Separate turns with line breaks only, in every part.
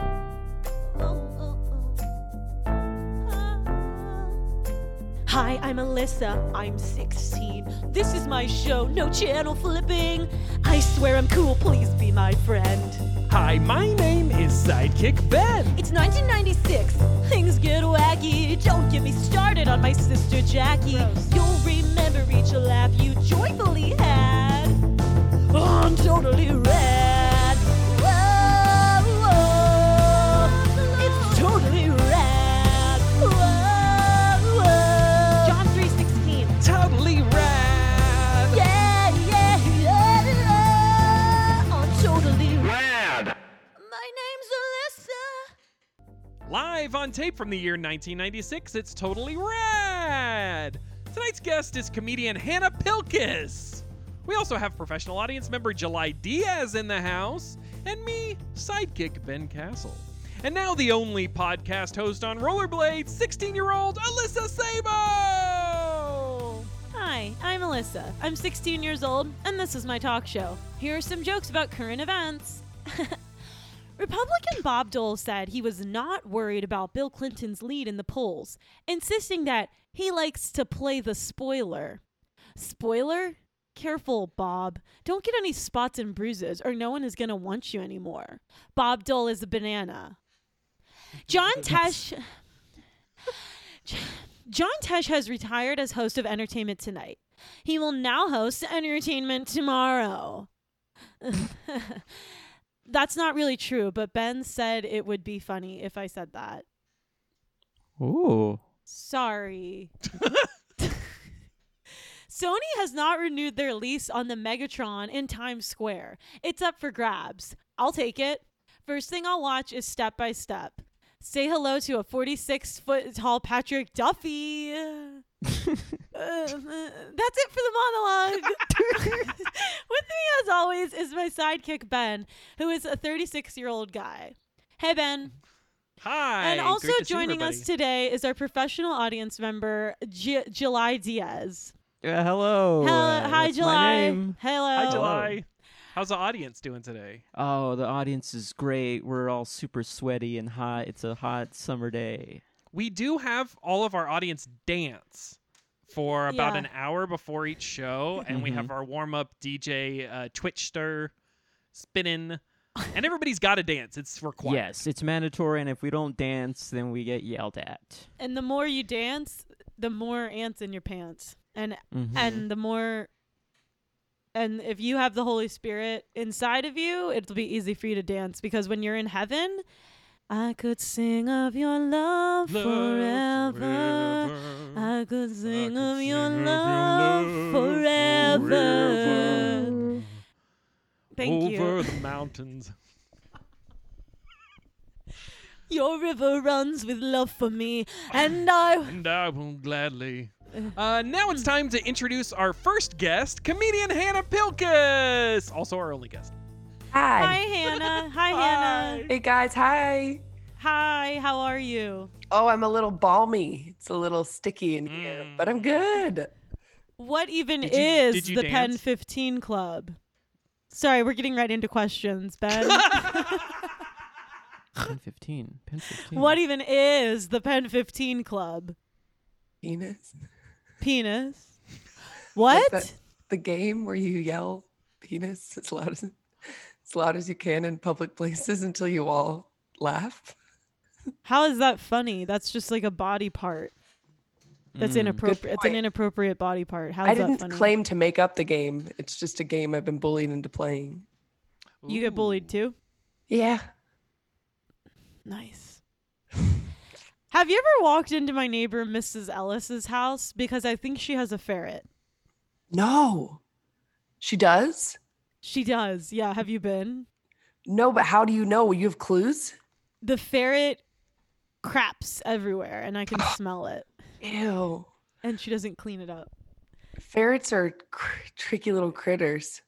Oh, Hi, I'm Alyssa. I'm 16. This is my show, no channel flipping. I swear I'm cool, please be my friend.
Hi, my name is Sidekick Ben.
It's 1996. Things get wacky. Don't get me started on my sister Jackie. You'll remember each laugh you joyfully had. I'm totally rad. Whoa, whoa. It's totally rad. Whoa, whoa. John 316.
Totally rad.
Yeah, yeah, yeah, yeah. I'm totally rad.
Rad.
My name's Alyssa.
Live on tape from the year 1996, it's totally rad. Tonight's guest is comedian Hannah Pilkis. We also have professional audience member July Diaz in the house, and me, sidekick Ben Castle. And now the only podcast host on Rollerblades, 16 year old Alyssa Sabo!
Hi, I'm Alyssa. I'm 16 years old, and this is my talk show. Here are some jokes about current events. Republican Bob Dole said he was not worried about Bill Clinton's lead in the polls, insisting that he likes to play the spoiler. Spoiler? Careful, Bob. Don't get any spots and bruises, or no one is going to want you anymore. Bob Dole is a banana. John Tesh. John Tesh has retired as host of Entertainment Tonight. He will now host Entertainment Tomorrow. That's not really true, but Ben said it would be funny if I said that.
Ooh.
Sorry. Sony has not renewed their lease on the Megatron in Times Square. It's up for grabs. I'll take it. First thing I'll watch is Step by Step. Say hello to a 46 foot tall Patrick Duffy. Um, uh, that's it for the monologue. With me, as always, is my sidekick, Ben, who is a 36 year old guy. Hey, Ben.
Hi.
And
great
also
to see
joining us
everybody.
today is our professional audience member, J- July Diaz.
Uh,
Oh,
hello.
Hello,
uh,
hi,
that's my
July.
name.
Hello.
Hi, July. How's the audience doing today?
Oh, the audience is great. We're all super sweaty and hot. It's a hot summer day.
We do have all of our audience dance for about
Yeah.
an hour before each show, and we have our warm up DJ uh, Twitch stir spinning, and everybody's got to dance. It's required.
Yes, it's mandatory, and if we don't dance, then we get yelled at.
And the more you dance, the more ants in your pants, and
Mhm.
Mm-hmm.
and the more. And if you have the Holy Spirit inside of you, it'll be easy for you to dance because when you're in heaven, I could sing of your love,
Love
forever. I could sing
could
of your
sing of your
love
love
forever.
forever.
Thank
Over
you.
the mountains.
Your river runs with love for me, and I.
And I will gladly. Uh, now it's time to introduce our first guest, comedian Hannah Pilkis, also our only guest.
Hi.
Hi, Hannah. Hi, Hannah.
Hey guys, hi.
Hi, how are you?
Oh, I'm a little balmy. It's a little sticky in here,
Mm.
but I'm good.
What even
Did you-
is
did you
the Pen
dance?
15 Club? Sorry, we're getting right into questions, Ben.
Pen 15. Pen 15.
what even is the Pen 15 Club?
Penis.
Penis. What?
That, the game where you yell penis as loud as as loud as you can in public places until you all laugh.
How is that funny? That's just like a body part. That's
Hmm.
inappropriate. It's an
point.
inappropriate body part. How is
I
that
didn't
funny?
claim to make up the game. It's just a game I've been bullied into playing.
you get bullied too?
Yeah.
Nice. Have you ever walked into my neighbor Mrs. Ellis's house because I think she has a ferret?
No. She does?
She does. Yeah, have you been?
No, but how do you know? You have clues?
The ferret craps everywhere and I can smell it
Ew.
and she doesn't clean it up.
Ferrets are cr- tricky little critters.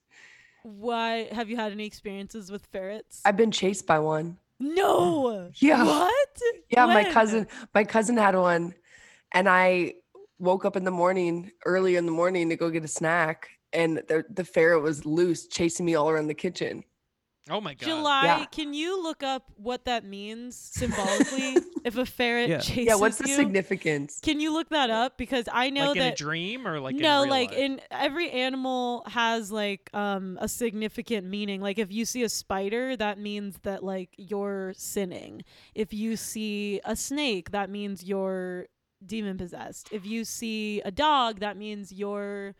Why have you had any experiences with ferrets?
I've been chased by one.
no.
Yeah.
What?
Yeah, my
When?
cousin, my cousin had one, and I woke up in the morning, early in the morning, to go get a snack, and the the ferret was loose, chasing me all around the kitchen.
Oh my god.
July,
Yeah.
can you look up what that means symbolically? if a ferret
Yeah. Yeah,
chases
Yeah, what's the
you?
significance?
Can you look that up? Because I know
like in
that
a dream or like
no,
in real
like
life?
in every animal has like um a significant meaning. Like if you see a spider, that means that like you're sinning. If you see a snake, that means you're demon possessed. If you see a dog, that means you're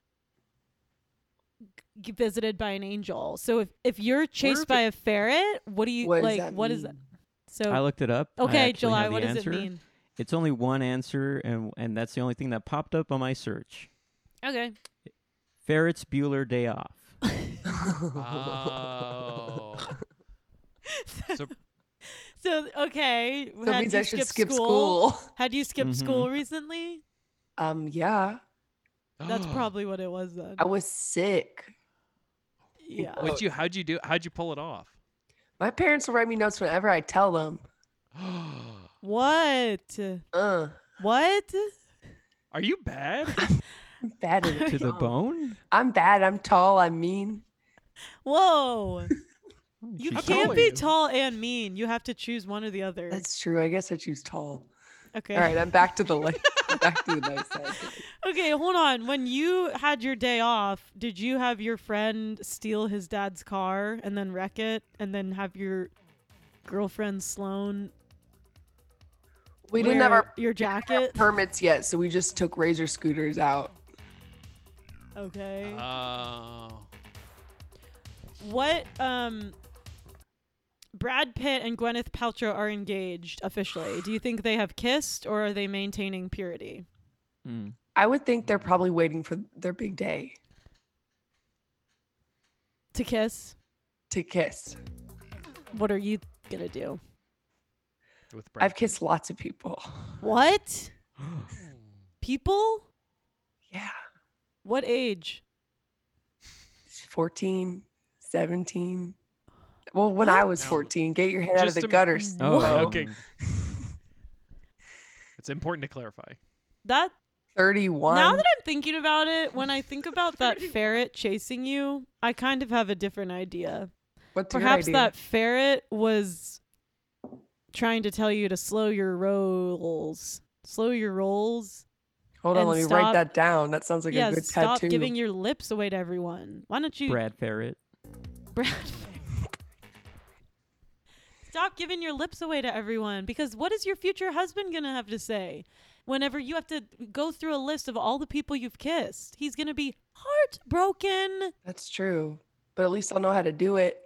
g- visited by an angel. So if if you're chased
if
by a ferret, what do you
What does
like?
that
What is that?
mean?
So
I looked it up. I
okay,
actually
July,
have the
what does
answer.
it mean?
It's only one answer, and and that's the only thing that popped up on my search.
Okay,
Ferret's Bueller Day Off.
Oh. so
so okay,
so it means I should skip school.
Had you skipped
Mhm.
school recently?
Um, yeah,
That's
Oh.
probably what it was then.
I was sick.
yeah.
What you? How'd you do? How'd you pull it off?
My parents will write me notes whenever I tell them.
What?
Uh,
What?
Are you bad?
I'm bad at it.
To the
Um,
bone?
I'm bad. I'm tall. I'm mean.
Whoa. You
She's
How
can't
tall are
be
you?
tall and mean. You have to choose one or the other.
That's true. I guess I choose tall.
okay.
All right, I'm back to the light. back to the nice side.
Okay, hold on. When you had your day off, did you have your friend steal his dad's car and then wreck it and then have your girlfriend Sloan
We didn't have our
your jacket?
permits yet, so we just took razor scooters out.
Okay.
Uh, Oh.
what um Brad Pitt and Gwyneth Paltrow are engaged officially. Do you think they have kissed or are they maintaining purity?
Mm.
I would think they're probably waiting for their big day
To kiss?
to kiss.
What are you going to do?
With Brad
I've kissed lots of people.
What? People?
Yeah,
What age?
14, 17. Well, when I was
No.
14, get your head out of
Just
the
im-
gutters.
Oh,
Whoa.
okay. It's important to clarify.
That
31.
now that I'm thinking about it, when I think about that ferret chasing you, I kind of have a different idea.
What's your
Perhaps
idea?
that ferret was trying to tell you to slow your rolls. Slow your rolls.
Hold on,
and
let me
stop-
write that down. That sounds like
yeah,
a good
stop
tattoo.
giving your lips away to everyone. Why don't you,
Brad Ferret.
Brad? stop giving your lips away to everyone because what is your future husband gonna have to say whenever you have to go through a list of all the people you've kissed? He's gonna be heartbroken.
That's true. But at least I'll know how to do it.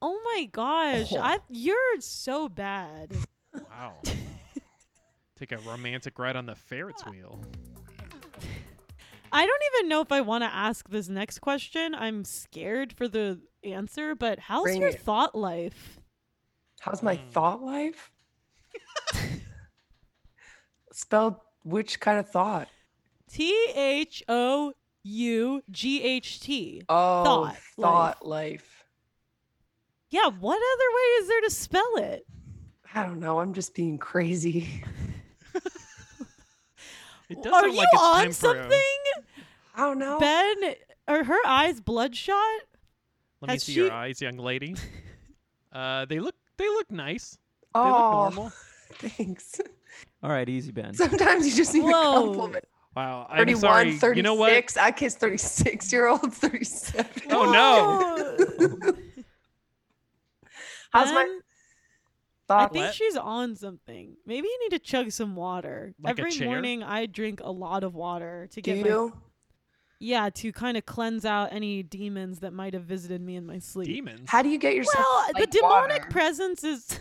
Oh my gosh, I you're so bad.
Wow. Take a romantic ride on the Ferris wheel.
I don't even know if I want to ask this next question. I'm scared for the answer, but how's
Bring
your
it.
thought life?
How's my
Hmm.
Mm.
thought life? Spelled which kind of thought?
T H O U G H T.
Oh,
Thought
thought,
life.
life.
Yeah, what other way is there to spell it?
I don't know. I'm just being crazy.
It does
Are
sound
you
like it's time
on
for a-
something?
I don't know.
Ben, are her eyes bloodshot?
Let me
Has
see
she-
your eyes, young lady. Uh, they look they look nice. They look
oh,
normal.
thanks.
All right, easy, Ben.
Sometimes you just need
Whoa.
a compliment.
Wow. I'm
31,
sorry.
36.
You know what?
I kissed 36 year olds, 37.
Oh, no.
no.
How's my
ben, I
thought?
Um, think
What?
she's on something. Maybe you need to chug some water.
Like a
Every
chair?
morning I drink a lot of water to
Do
get my
you?
Yeah, to kind of cleanse out any demons that might have visited me in my sleep.
Demons.
How do you get yourself?
Well,
to
the
like
demonic
water?
presence is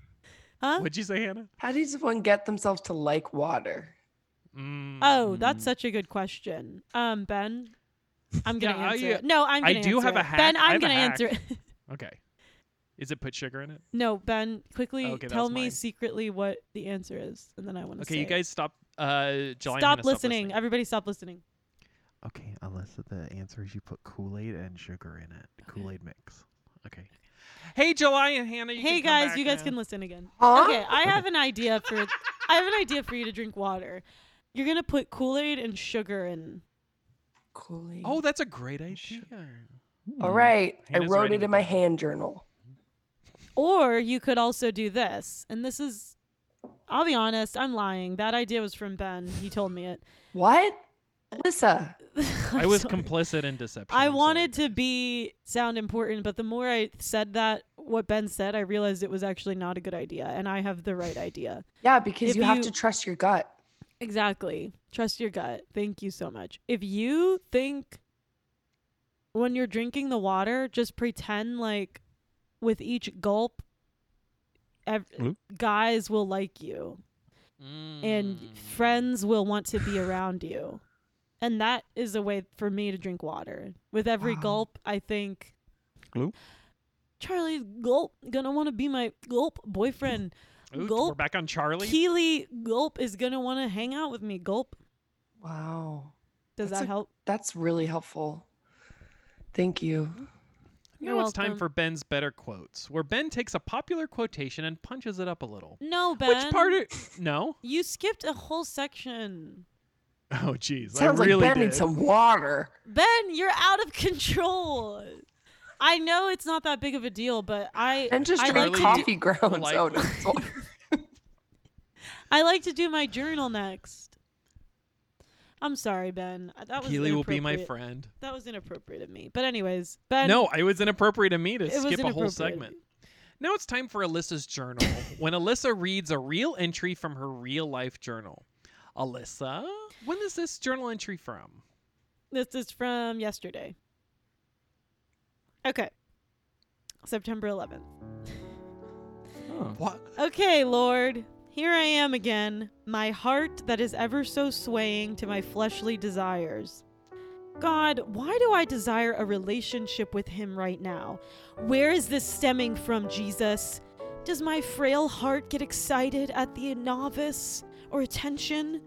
Huh?
What'd you say, Hannah?
How does one get themselves to like water?
Mm,
Oh, that's
Mm.
such a good question. Um, Ben, I'm gonna
Yeah, I,
answer
uh,
it. No, I'm
I
gonna
do
answer
have a
it.
hack.
Ben,
I
I'm
have a
gonna
hack.
answer it.
Okay. Is it put sugar in it?
no, Ben, quickly
Okay, that
tell
was
me
mine.
secretly what the answer is, and then I want to
Okay, you guys stop. Uh, July, I'm
stop
gonna
listening. Everybody, stop listening.
Okay, unless the answer is you put Kool Aid and sugar in it. Kool Aid mix. Okay. Hey, July and Hannah. You
hey
can come
guys,
back
you guys
now.
can listen again.
Huh?
Okay, I have an idea for. I have an idea for you to drink water. You're gonna put Kool Aid and sugar in.
Kool Aid.
Oh, that's a great idea.
All right.
Hannah's
I wrote
writing
it
it
in my hand journal.
Or you could also do this. And this is, I'll be honest, I'm lying. That idea was from Ben. He told me it.
What? Alyssa.
I'm
I was
sorry.
complicit in deception.
I
I'm sorry.
wanted to be sound important, but the more I said that, what Ben said, I realized it was actually not a good idea, and I have the right idea.
Yeah, because
If
you have
you-
to trust your gut.
Exactly. Trust your gut. Thank you so much. If you think when you're drinking the water, just pretend like with each gulp, ev-
Oop.
guys will like you and
Mm.
friends will want to be around you. And that is a way for me to drink water. With every
Wow.
gulp, I think
Glue?
Charlie's gulp gonna want to be my gulp boyfriend.
Ooh, we're
gulp.
back on Charlie.
Keely gulp is gonna want to hang out with me. Gulp.
Wow.
Does
That's
that
a-
help?
That's really helpful. Thank you.
You
You're
know, it's time
welcome.
for Ben's better quotes, where Ben takes a popular quotation and punches it up a little.
No, Ben.
Which part? Are... No.
You skipped a whole section.
Oh, jeez. I
Sounds
really
like Ben
did.
needs some water.
Ben, you're out of control. I know it's not that big of a deal, but I
And just
I
drink
like to do,
Charlie-
coffee grounds.
like-
oh, no, it's water.
I like to do my journal next. I'm sorry, Ben. Uh, That was
Keely will be my
inappropriate.
friend.
That was inappropriate of me. But anyways, Ben.
no, it was inappropriate of me to
it was
skip a whole
inappropriate.
segment. Now it's time for Alyssa's journal. when Alyssa reads a real entry from her real life journal. Alyssa, when is this journal entry from?
This is from yesterday. Okay. September 11th.
Oh.
What?
Okay, Lord, here I am again, my heart that is ever so swaying to my fleshly desires. God, why do I desire a relationship with Him right now? Where is this stemming from, Jesus? Does my frail heart get excited at the novice or attention?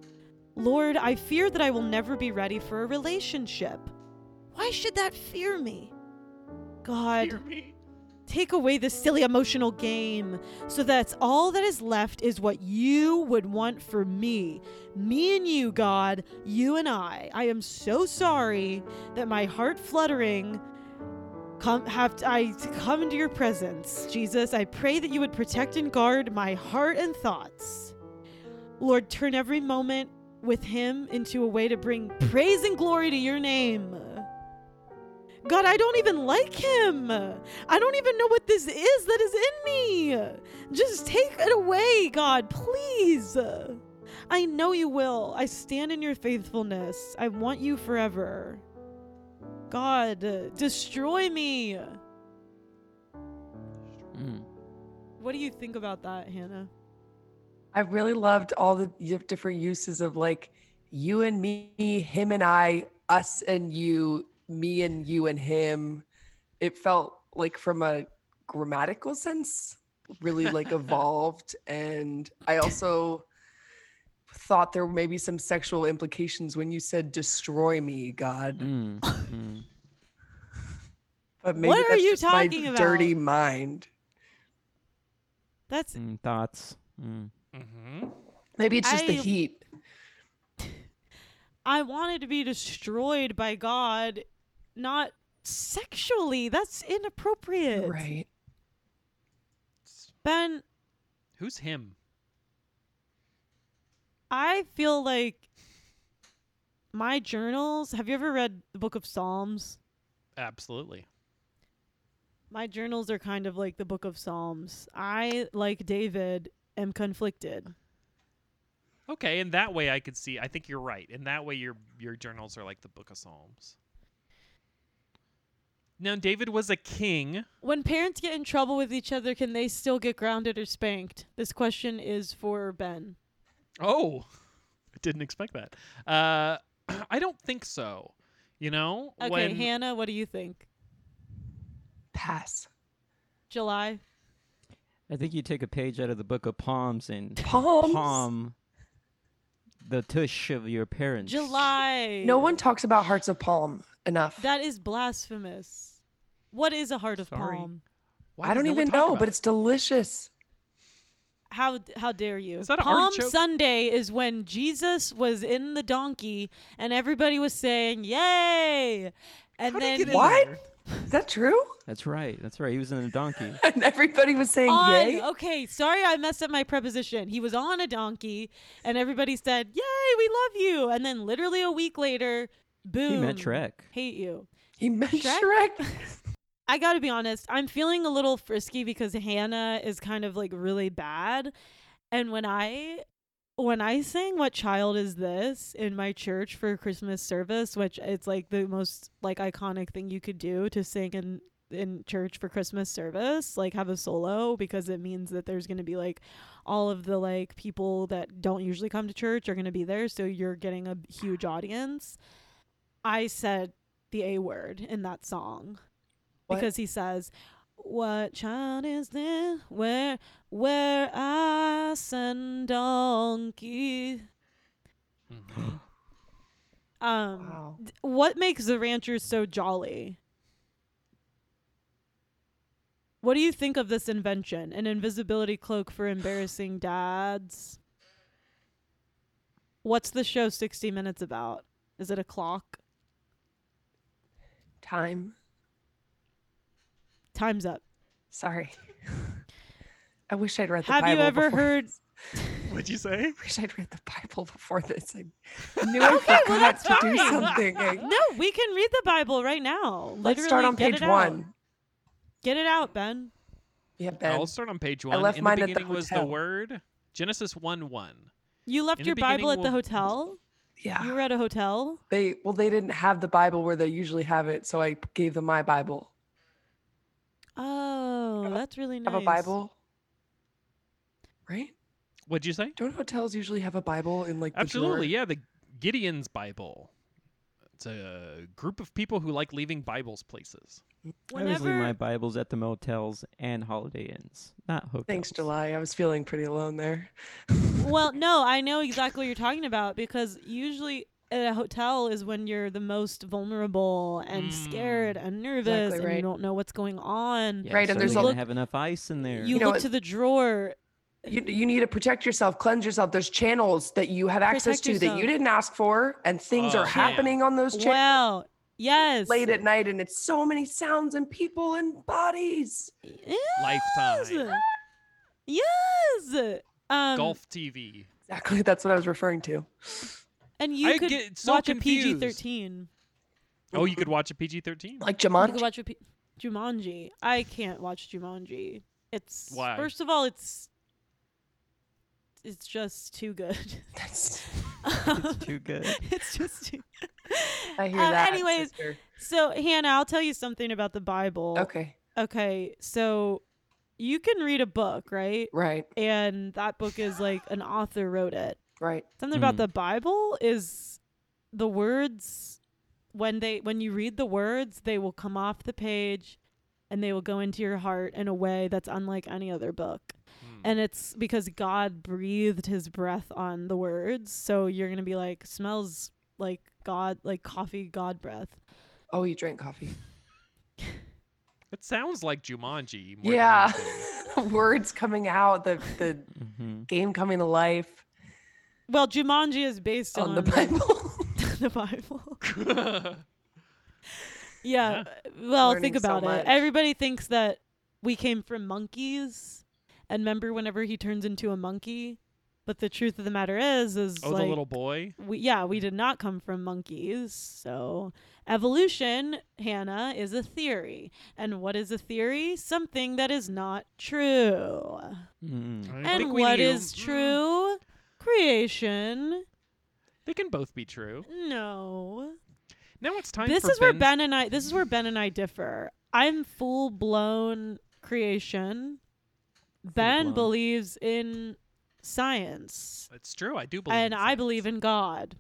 Lord, I fear that I will never be ready for a relationship. Why should that fear me? God,
Hear me?
Take away this silly emotional game so that all that is left is what you would want for me. Me and you, God, you and I. I am so sorry that my heart fluttering come have I come into your presence. Jesus, I pray that you would protect and guard my heart and thoughts. Lord, turn every moment with him into a way to bring praise and glory to your name. God, I don't even like him. I don't even know what this is that is in me. Just take it away, God, please. I know you will. I stand in your faithfulness. I want you forever. God, destroy me.
Mm.
What do you think about that, Hannah?
I really loved all the y- different uses of like you and me, him and I, us and you, me and you and him. It felt like from a grammatical sense, really like evolved. And I also thought there may be some sexual implications when you said destroy me, God.
Mm. Mm.
But maybe
What are
that's
you
just my
talking about?
dirty mind.
That's
Mm. Thoughts. Mm.
Mm-hmm.
Maybe it's just the
I-
heat.
I wanted to be destroyed by God, not sexually. That's inappropriate.
Right.
Ben,
Who's him?
I feel like my journals. Have you ever read the book of Psalms?
Absolutely.
My journals are kind of like the book of Psalms. I, like David, am conflicted.
Okay, in that way I could see. I think you're right. In that way your your journals are like the book of Psalms. Now David was a king.
When parents get in trouble with each other, can they still get grounded or spanked? This question is for Ben.
Oh, I didn't expect that. Uh, I don't think so. You know,
Okay,
when
Hannah, what do you think?
Pass.
July?
I think you take a page out of the book of palms and
Palms.
palm the tush of your parents.
July.
No one talks about hearts of palm enough.
That is blasphemous. What is a heart of
Sorry.
palm?
why
I
does
don't
no one
even
talk
know,
about
but
it?
it's delicious.
How how dare you?
Is that a
Palm
artichoke?
Sunday is when Jesus was in the donkey and everybody was saying, "Yay!" And
How'd it
then
get in
What?
there?
Is that true?
That's right. That's right. He was in a donkey.
And everybody was saying
on
yay.
okay sorry i messed up my preposition he was on a donkey and everybody said yay we love you and then literally a week later boom
He met Shrek.
hate you
He meant
Shrek?
Shrek.
i gotta be honest i'm feeling a little frisky because hannah is kind of like really bad and when i when i sang what child is this in my church for christmas service which it's like the most like iconic thing you could do to sing in in church for christmas service like have a solo because it means that there's going to be like all of the like people that don't usually come to church are going to be there so you're getting a huge audience i said the a word in that song
What?
because he says what child is there where where ass and donkey um
Wow.
d- what makes the ranchers so jolly what do you think of this invention an invisibility cloak for embarrassing dads what's the show 60 minutes about is it a clock
Time.
time's up
Sorry. I wish I'd read the
have
Bible.
you ever
before.
heard
What'd you say?
I wish I'd read the Bible before this. I knew I forgot
that's
to do
fine.
something. I-
no we can read the bible right now
Let's
Literally,
start on
get
page
it out.
one.
get it out ben
Yeah, Ben.
I'll start on page one.
left
In
mine at
the
the
beginning was the
hotel.
word Genesis 1 1.
you left
In the
your bible at the
beginning we'll-
hotel
yeah.
you were at a hotel
They well, they didn't have the Bible where they usually have it, so I gave them my Bible.
Oh,
Have a-
that's really nice.
Have a Bible, right?
What'd you say?
Don't hotels usually have a Bible in like the
Absolutely.
drawer?
Yeah, the Gideon's Bible. It's a group of people who like leaving Bibles places.
I always leave my
Whenever
Bibles at the motels and holiday inns, not hotels.
Thanks, July. I was feeling pretty alone there.
Well, no, I know exactly what you're talking about because usually at a hotel is when you're the most vulnerable and
Mm.
scared and nervous
Exactly
and you
right.
don't know what's going on.
Yeah,
Right,
so
and there's
they
a-
didn't have enough ice in there.
You,
You know
look
what-
to the drawer.
You, you need to protect yourself, cleanse yourself. There's channels that you have access
Protect
to that
yourself.
you didn't ask for, and things
Oh,
are
yeah.
happening on those channels
Wow. Yes.
late at night, and it's so many sounds and people and bodies.
Lifetime.
Yes. Um,
Golf TV.
Exactly, that's what I was referring to.
And you
I
could
get so
watch a
confused.
PG-13.
Oh, you could watch a PG 13.
Like
You
Jumanji.
could watch a P- Jumanji. I can't watch Jumanji. It's
Why?
first of all, it's it's just too good.
That's-
it's too good.
it's just too.
I hear
Um,
that.
Anyways,
sister.
so Hannah, I'll tell you something about the Bible.
okay,
Okay. So you can read a book, right?
right,
And that book is like an author wrote it.
right.
Something about
Mhm.
the Bible is the words when they when you read the words, they will come off the page and they will go into your heart in a way that's unlike any other book.
Hmm.
And it's because God breathed his breath on the words, so you're going to be like smells like God like coffee god breath.
Oh, you drank coffee.
It sounds like Jumanji. More than
Yeah,
anything.
words coming out, the the
hmm
game coming to life
Well, Jumanji is based on,
on the Bible.
the Bible.
That's
Yeah. Well, think
Learning so
about it.
much.
Everybody thinks that we came from monkeys. And remember whenever he turns into a monkey? But the truth of the matter is is
oh,
like
the little boy.
we yeah, we did not come from monkeys. So evolution, Hannah, is a theory. And what is a theory? Something that is not true.
mm
I
and
think we
what
knew-
is
Mm,
true? Creation.
Mm, They can both be true.
No.
Now it's time.
this
for
is where
Ben's-
ben and i this is where ben and i differ i'm full-blown creation ben
Full-blown.
believes in science
It's true. I do believe.
and i
science.
believe in god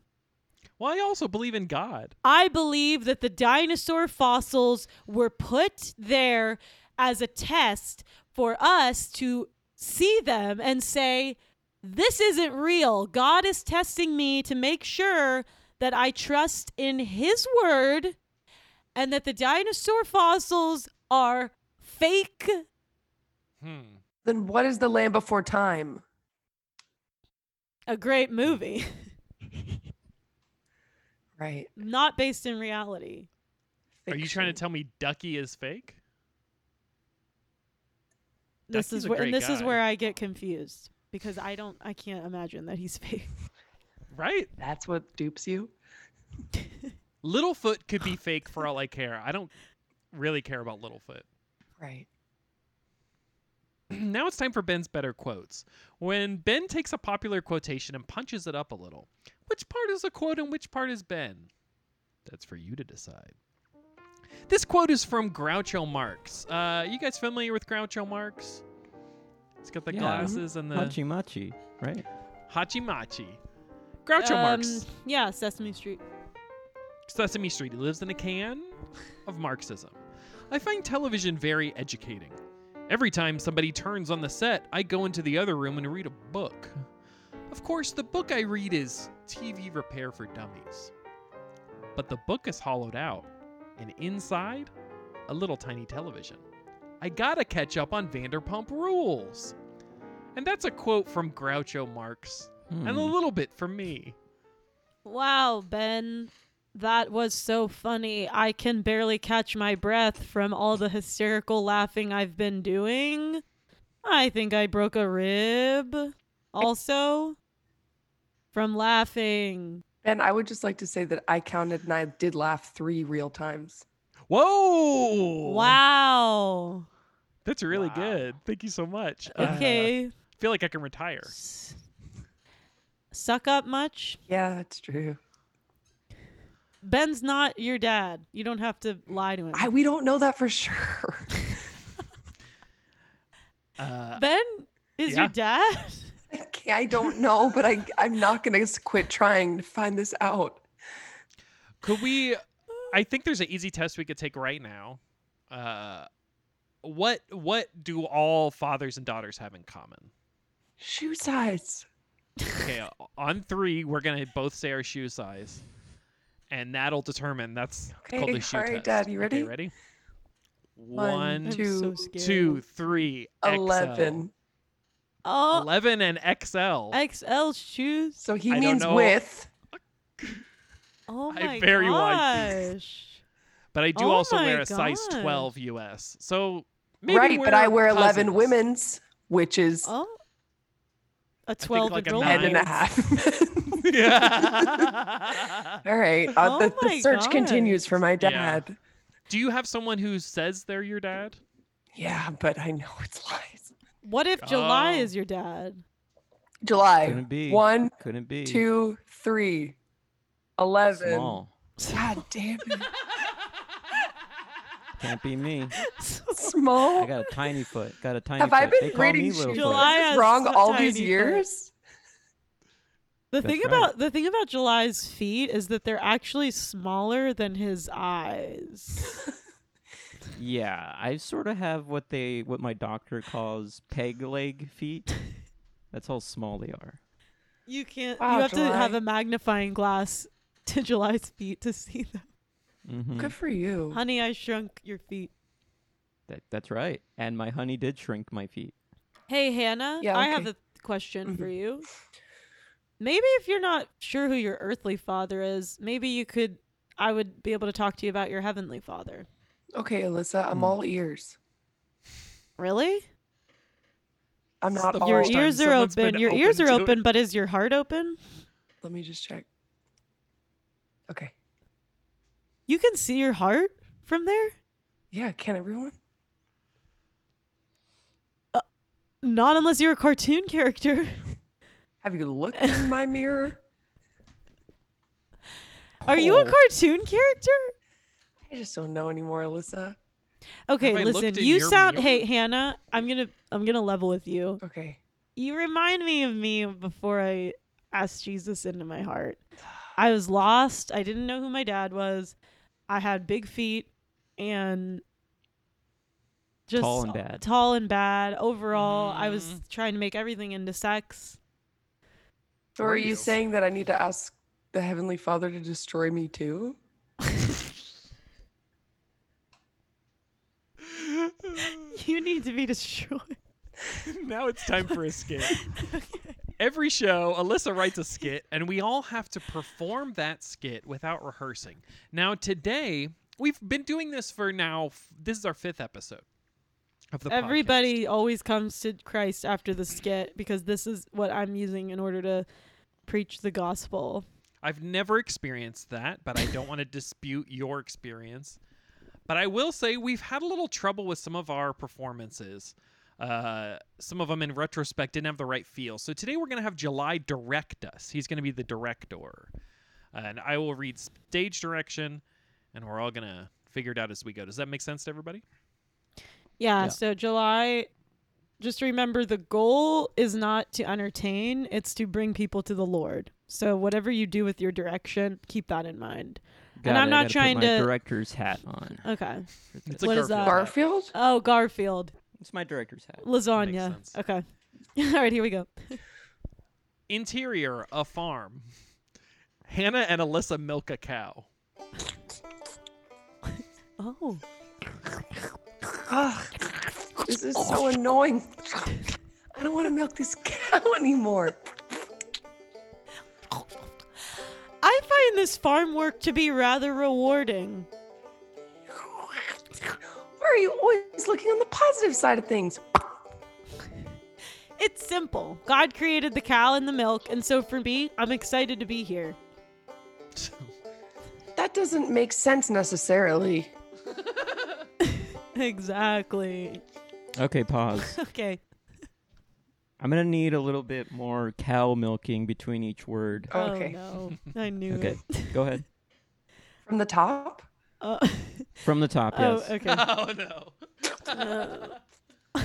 Well, I also believe in God.
i believe that the dinosaur fossils were put there as a test for us to see them and say this isn't real god is testing me to make sure that i trust in his word and that the dinosaur fossils are fake.
Hmm.
then what is the land before time?
A great movie,
Right,
not based in reality.
Are you trying to
fiction.
tell me Ducky is fake?
This
Ducky's
is
a
where
great
and this is
guy.
where I get confused because I don't I can't imagine that he's fake.
Right?
That's what dupes you.
Littlefoot could be fake for all I care. I don't really care about Littlefoot.
Right.
now it's time for Ben's better quotes. When Ben takes a popular quotation and punches it up a little, which part is a quote and which part is Ben? That's for you to decide. This quote is from Groucho Marx. Uh, you guys familiar with Groucho Marx? He's got the
Yeah.
glasses and the
Machi Machi, right?
Hachimachi. Groucho Marx.
Um, Yeah, Sesame Street.
Sesame Street. He lives in a can of Marxism. I find television very educating. Every time somebody turns on the set, I go into the other room and read a book. Of course, the book I read is TV Repair for Dummies. But the book is hollowed out, and inside, a little tiny television. I gotta catch up on Vanderpump Rules. And that's a quote from Groucho Marx, and a
Hmm.
little bit from me.
Wow, Ben, that was so funny. I can barely catch my breath from all the hysterical laughing I've been doing. I think I broke a rib. Also, from laughing.
And I would just like to say that I counted and I did laugh three real times.
Whoa!
Wow.
That's really
Wow.
good. Thank you so much. Uh,
Okay.
I feel like I can retire.
S- Suck up much?
Yeah, that's true.
Ben's not your dad. You don't have to lie to him.
I we don't know that for sure.
Uh,
ben is
yeah.
your dad?
I can't- I don't know, but I I'm not gonna s- quit trying to find this out.
could we? I think there's an easy test we could take right now. Uh, what what do all fathers and daughters have in common?
Shoe size.
Okay, on three, we're gonna both say our shoe size, and that'll determine. That's called
Okay,
the shoe
all right,
test.
Dad, you
Okay,
ready?
ready?
One,
I'm
One,
so
Two,
scared.
two, three. XL.
Eleven.
Oh,
Eleven and XL.
XL shoes.
So he
I don't
means
know.
with.
Oh
I
my
very like
gosh.
these. But I do
Oh
also wear
my
a size
gosh.
12 US. So maybe
right, but I
we're
wear eleven
cousins.
women's, which is
Oh. A 12
like a
year old.
head and a
nine.
half.
Yeah.
All right, uh,
Oh
the,
my
the search continues for my
Yeah.
dad.
do you have someone who says they're your dad?
Yeah, but I know it's lies.
What if July
Oh.
is your dad?
July.
Couldn't be.
One,
Couldn't be.
two, three. Eleven.
Small.
God damn it.
Can't be me. I
Small.
got a tiny foot. Got a tiny
Have
foot.
I
they
been
call me
reading
little
shoe
July July
foot.
has
sizes wrong
a
all these
tiny foot.
years?
The
That's
thing
right.
about the thing about July's feet is that they're actually smaller than his eyes.
Yeah, I sort of have what they what my doctor calls peg leg feet. That's how small they are.
You can't.
Wow,
you have to have
July.
a magnifying glass to July's feet to see them.
hmm
Good for you.
Honey, I shrunk your feet.
That, that's right. And my honey did shrink my feet.
Hey, Hannah.
Yeah,
I have
okay.
a question
Mm-hmm.
for you. Maybe if you're not sure who your earthly father is, maybe you could. I would be able to talk to you about your heavenly father.
Okay, Alyssa, I'm
Hmm.
all ears.
Really?
I'm
This is
not
the
all
your
first time
ears are
someone's been
open. Your
open
ears are
to it.
open, but is your heart open?
Let me just check. Okay.
You can see your heart from there.
Yeah, can everyone?
Not unless you're a cartoon character.
Have you looked in my mirror?
Are you a
Oh.
cartoon character?
I just don't know anymore, Alyssa.
Okay,
I
listen.
looked in
You
your
sound
mirror?
hey Hannah, I'm going to I'm going to level with you.
Okay.
You remind me of me before I asked Jesus into my heart. I was lost. I didn't know who my dad was. I had big feet and just
Tall and bad. Mm-hmm.
Tall and bad. Overall, I was
Mhm.
trying to make everything into sex.
So
Were
are you
you?
saying that I need to ask the Heavenly Father to destroy me too?
You need to be destroyed.
now it's time for a skit. Every show, Alyssa writes a skit, and we all have to perform that skit without rehearsing. Now, today, We've been doing this for now. f- This is our fifth episode of the podcast.
Everybody always comes to Christ after the skit because this is what I'm using in order to preach the gospel.
I've never experienced that, but I don't want to dispute your experience. But I will say we've had a little trouble with some of our performances. Uh, some of them in retrospect didn't have the right feel. So today we're going to have July direct us. He's going to be the director. And I will read stage direction, and we're all going to figure it out as we go. Does that make sense to everybody?
Yeah,
Yeah.
so July just remember the goal is not to entertain, it's to bring people to the Lord. So whatever you do with your direction, keep that in mind.
God,
I'm not
I gotta put
trying
my
to-
director's hat on.
Okay.
It's a
What is
Garfield
that?
hat.
Garfield?
Oh, Garfield.
It's my director's hat.
Lasagna.
sense.
Okay. All right, here we go.
Interior, a farm. Hannah and Alyssa milk a cow.
Oh.
Ugh, this is so annoying. I don't want to milk this cow anymore.
I find this farm work to be rather rewarding.
Why are you always looking on the positive side of things?
It's simple. God created the cow and the milk, and so for me, I'm excited to be here.
That doesn't make sense necessarily.
Exactly.
Okay, pause.
Okay.
I'm gonna need a little bit more cow milking between each word.
Okay.
Oh, no. I knew
Okay,
it.
go ahead.
From the top?
Uh,
From the top,
oh,
yes.
okay.
Oh, no.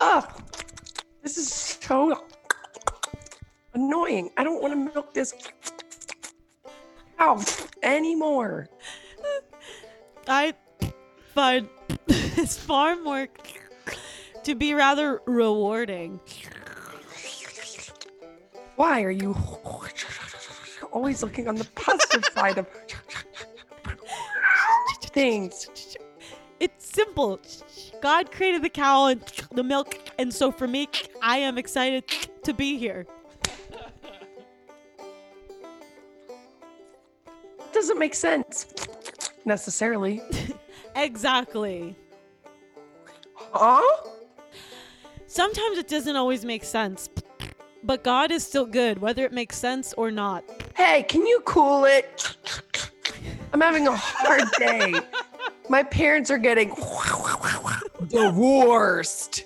Ugh, this is so annoying. I don't want to milk this cow anymore.
I find this farm work to be rather rewarding.
Why are you always looking on the positive side of things?
It's simple. God created the cow and the milk, and so for me, I am excited to be here.
Doesn't make sense necessarily.
Exactly.
Huh?
Sometimes it doesn't always make sense, but God is still good, whether it makes sense or not.
Hey, can you cool it? I'm having a hard day. My parents are getting divorced.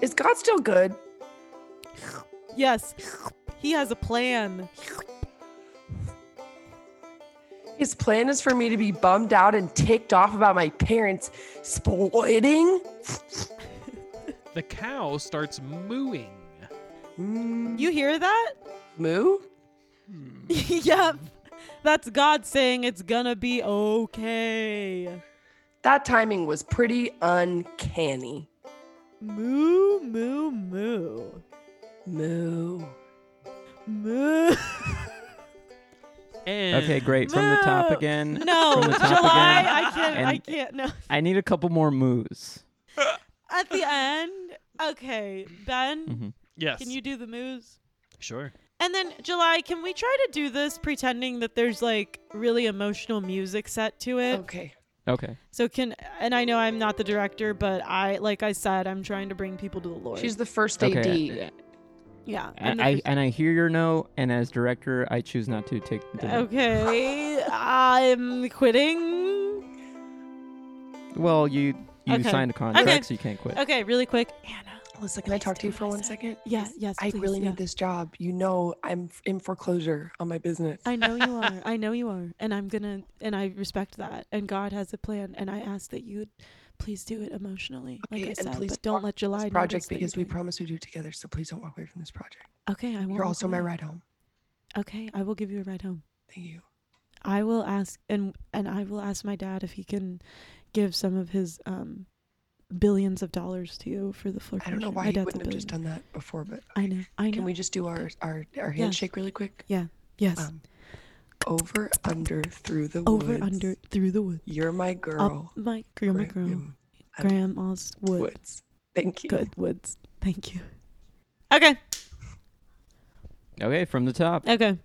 Is God still good?
Yes, He has a plan.
His plan is for me to be bummed out and ticked off about my parents splitting?
The cow starts mooing.
Mm,
You hear that?
moo?
yep. That's God saying it's gonna be okay.
That timing was pretty uncanny.
Moo, moo, moo.
Moo.
Moo.
And
Okay, great. From the top
Moo.
again.
No,
From the top
July.
again.
I can't. I
And-
can't. No.
I need a couple more moves.
At the end. Okay, Ben.
Mhm.
Yes.
Can you do the moves?
Sure.
And then July, can we try to do this pretending that there's like really emotional music set to it?
Okay.
Okay.
So can and I know I'm not the director, but I like I said, I'm trying to bring people to the Lord.
She's the first AD.
Okay.
yeah. I'm
And
the
I
first-
and I hear your no, and as director, I choose not to take the. no.
okay, I'm quitting.
Well, you you
Okay.
signed a contract,
Okay.
so you can't quit.
Okay, really quick, Hannah.
Alyssa, can I talk to you for one second?
Yeah, yes.
I
please,
really
yeah.
need this job. You know, I'm f- in foreclosure on my business.
I know you are. I know you are, and I'm gonna, and I respect that. And God has a plan, and I ask that you please do it emotionally,
Okay,
like I
and
said,
please
but don't
walk
let July notice
this project
that you're
because we
doing-
promised we'd do it together. So please don't walk away from this project.
Okay, I won't.
You're
walk
also my
away.
ride home.
Okay, I will give you a ride home.
Thank you.
I will ask and and I will ask my dad if he can give some of his um billions of dollars to you for the floor.
I don't know why
my
you
dad's a
wouldn't have just
billionaire.
done that before, but
I know. I know.
can we just do our our, our handshake really quick?
yes.
Um, over under through the
Over
woods.
under through the woods.
You're my girl.
Up my grandma girl.
Grim under
Grandma's wood.
Woods. Thank you.
Good woods. Thank you. Okay.
Okay, from the top.
Okay.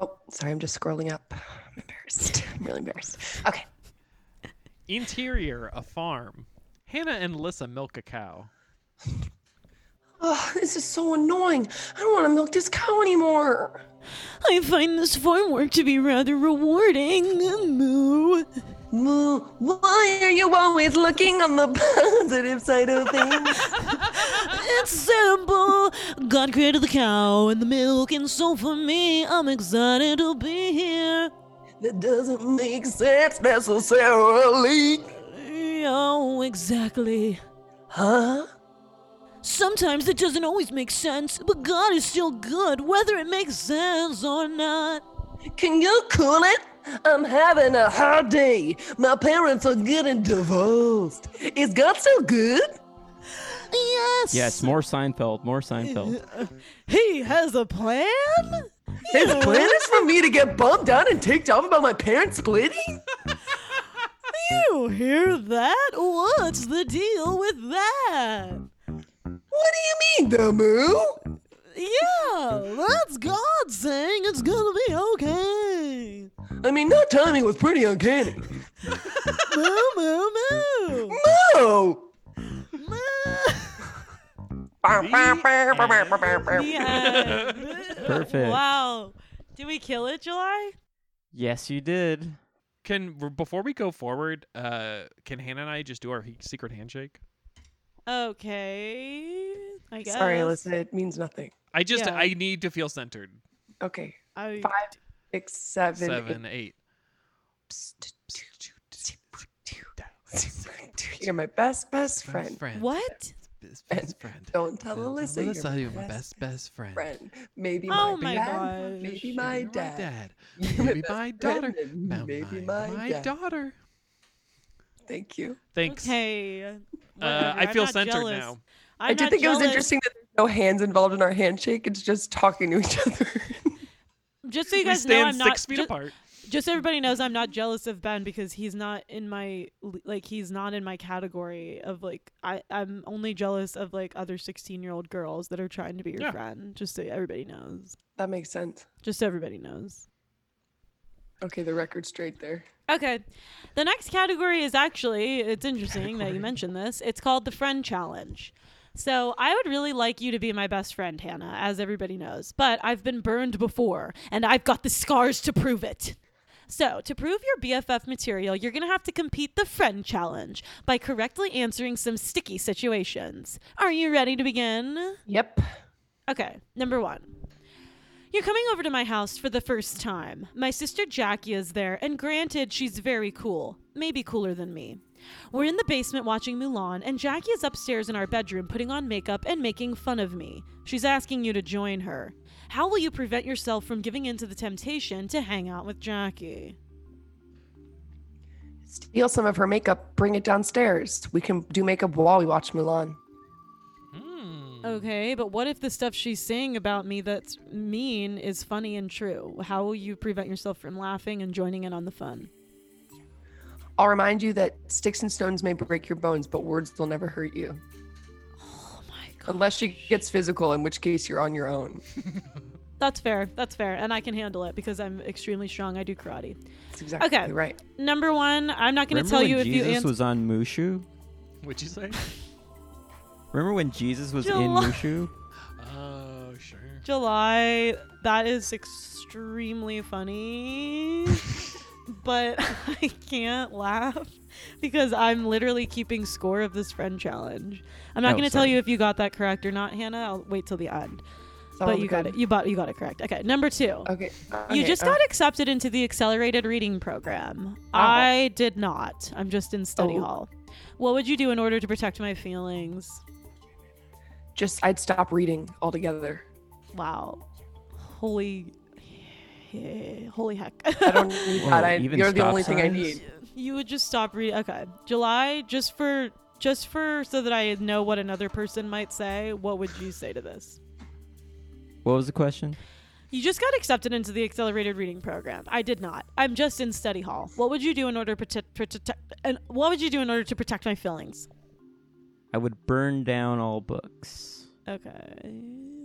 Oh, sorry, I'm just scrolling up. I'm embarrassed. I'm really embarrassed. Okay.
Interior, a farm. Hannah and Lissa milk a cow.
Oh, this is so annoying. I don't want to milk this cow anymore.
I find this farm work to be rather rewarding. Moo.
Moo, why are you always looking on the positive side of things?
It's simple. God created the cow and the milk, and so for me, I'm excited to be here.
that doesn't make sense necessarily.
Oh, exactly.
Huh?
Sometimes it doesn't always make sense, but God is still good, whether it makes sense or not.
Can you cool it? I'm having a hard day. My parents are getting divorced. Is God so good?
Yes.
Yes, more Seinfeld, more Seinfeld.
He has a plan?
His plan is for me to get bumped down and ticked off about my parents splitting?
You hear that? What's the deal with that?
What do you mean, the moo?
Yeah, that's God saying it's gonna be okay.
I mean, that timing was pretty uncanny.
Moo, moo, moo.
Moo!
Moo.
The
Yeah.
Perfect.
Wow. Did we kill it, July?
yes, you did.
Can before we go forward, uh, can Hannah and I just do our he- secret handshake?
Okay. I guess.
Sorry, Alyssa, it means nothing.
I just
Yeah.
I need to feel centered.
Okay.
I,
Five, six, seven,
Seven, eight.
eight. You're my best, best friend.
friend.
what?
Best, best friend.
Don't tell
Don't
Alyssa,
tell
you're
Alyssa you're
my
my best best friend.
friend. Maybe
Oh
my
my
dad.
gosh.
Maybe
You're
my dad. You're
Maybe
best
my
friend
daughter.
and
Now
Maybe
my,
my,
my
dad.
daughter.
Thank you.
Thanks.
Okay.
Uh,
Whatever,
I
I'm
feel
not
centered
jealous.
now.
I'm
i did
not
think it was
jealous.
interesting that there's no hands involved in our handshake. It's just talking to each other.
Just so you
we
guys know,
stand
I'm not.
six feet
ju-
apart.
just so everybody knows i'm not jealous of ben because he's not in my like he's not in my category of like i i'm only jealous of like other 16 year old girls that are trying to be your
Yeah.
friend just so everybody knows
that makes sense.
just so everybody knows
Okay, the record's straight there.
okay the next category is actually it's interesting that you mentioned this it's called the friend challenge so I would really like you to be my best friend, Hannah, as everybody knows. But I've been burned before, and I've got the scars to prove it. So, to prove your BFF material, you're going to have to compete the friend challenge by correctly answering some sticky situations. Are you ready to begin?
Yep.
Okay, number one. You're coming over to my house for the first time. My sister Jackie is there, and granted, she's very cool, maybe cooler than me. We're in the basement watching Mulan, and Jackie is upstairs in our bedroom putting on makeup and making fun of me. She's asking you to join her. How will you prevent yourself from giving in to the temptation to hang out with Jackie?
Steal some of her makeup, bring it downstairs. We can do makeup while we watch Mulan.
Hmm.
Mm.
Okay, but what if the stuff she's saying about me that's mean is funny and true? How will you prevent yourself from laughing and joining in on the fun?
I'll remind you that sticks and stones may break your bones, but words will never hurt you.
Oh my god.
Unless she gets physical, in which case you're on your own.
That's fair. That's fair. And I can handle it because I'm extremely strong. I do karate.
That's exactly
Okay.
right.
Number one, I'm not going to
Remember
tell
when
you if
Jesus
you answer.
was on Mushu?
What'd you say?
Remember when Jesus was in
July.
Mushu?
Oh, sure.
July, that is extremely funny. but I can't laugh because I'm literally keeping score of this friend challenge. I'm not
Oh,
going to tell
sorry.
you if you got that correct or not, Hannah. I'll wait till the end.
Oh, It's all
But you got
good.
it. You bought you got it correct. Okay. Number 2.
Okay.
You
okay,
just
uh,
got accepted into the accelerated reading program. I did not. I'm just in study
Oh.
hall. What would you do in order to protect my feelings?
Just, I'd stop reading altogether.
Wow. Holy. he- Holy heck.
I don't need
Whoa,
that. I,
even
you're the
stop
only thing I
signs?
need.
you would just stop reading. Okay. July, just for. Just for so that I know what another person might say, what would you say to this?
What was the question?
You just got accepted into the accelerated reading program. I did not. I'm just in study hall. What would you do in order to protect? protect and what would you do in order to protect my feelings?
I would burn down all books.
Okay,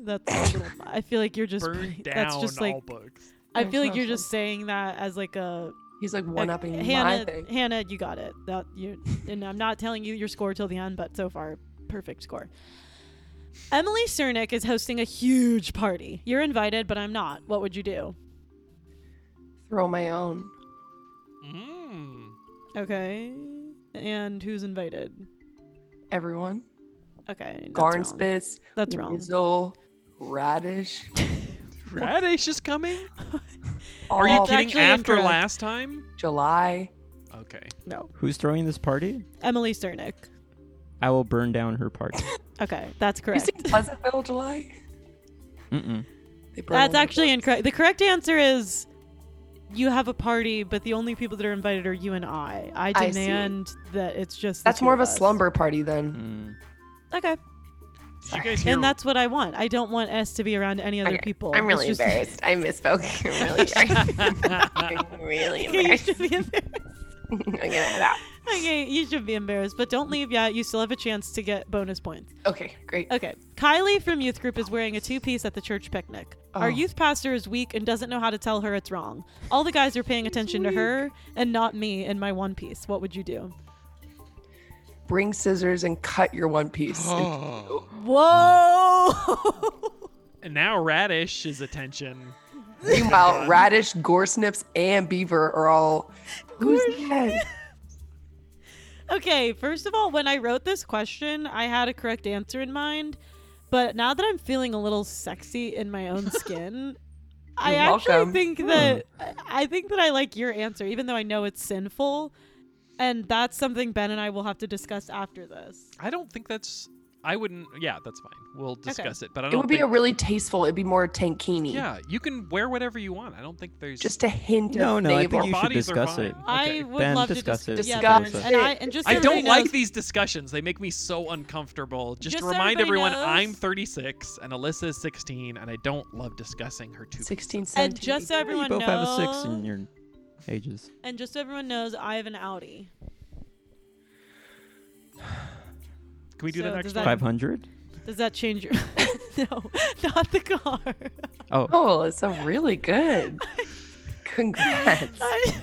that's a little. I feel like you're just.
Burn
that's
down
just
all
like
books.
I
There's
feel like
no
you're just saying that as like a
He's like
a-
one upping my
Hannah.
thing.
Hannah, you got it. That you and I'm not telling you your score till the end, but so far, perfect score. Emily Cernick is hosting a huge party. You're invited, but I'm not. What would you do?
Throw my own.
Mm.
Okay. And who's invited?
Everyone.
Okay. That's
Garn
wrong.
spits.
That's wrong.
Weasel, radish.
Radish is coming.
All
Are you
it's
kidding?
actually
After
incorrect.
last time?
July.
Okay.
No.
Who's throwing this party?
Emily Cernick.
I will burn down her party.
Okay, that's correct.
You seen Pleasantville, July?
Mm-mm.
They burn all
That's
the
actually
books.
incorrect. The correct answer is you have a party, but the only people that are invited are you and I. I
I see.
demand that it's just. the
That's
two
more of a
us.
slumber party then.
Mm.
Okay,
Did you guys hear?
and that's what I want. I don't want us to be around any other
Okay,
people.
I'm really
It's just-
embarrassed. I misspoke. I'm really sorry. I'm really
Okay, you
embarrassed.
should be embarrassed.
I'm gonna head out.
Okay, you should be embarrassed, but don't leave yet. You still have a chance to get bonus points.
Okay, great.
Okay. Kylie from youth group is wearing a two piece at the church picnic. Our
Oh.
youth pastor is weak and doesn't know how to tell her it's wrong. All the guys are paying attention to her and not me in my one piece. What would you do?
Bring scissors and cut your one piece.
Oh.
Whoa!
And now Radish is attention.
Meanwhile, radish, gorsnips, and beaver are all. Who's that?
okay, first of all, when I wrote this question, I had a correct answer in mind, but now that I'm feeling a little sexy in my own skin, I
You're
actually
welcome.
think
Hmm.
that I think that I like your answer, even though I know it's sinful. And that's something Ben and I will have to discuss after this.
I don't think that's. I wouldn't. Yeah, that's fine. We'll discuss it. But I
It
don't.
would be a
think-
really tasteful. It'd be more tankini.
Yeah, you can wear whatever you want. I don't think there's.
Just a hint
No,
of
no, I
flavor.
think you should
bodies are
discuss it.
fine.
I
Okay.
would
Ben,
love
discuss
to
it.
dis- yeah,
Discuss
Burn.
it.
And I, and just so
I don't
everybody
like
knows-
these discussions. They make me so uncomfortable. Just,
Just
to
so
remind
everybody
everyone,
knows-
I'm 36 and Alyssa is 16, and I don't love discussing her too.
16,
And
17.
just so
You
everyone
both
knows,
have a six in your ages.
and just so everyone knows, I have an Audi.
Can we do
So
the next
does that-
one?
Five hundred.
Does that change your? no, not the car.
Oh,
Oh, it's a really good. Congrats.
I,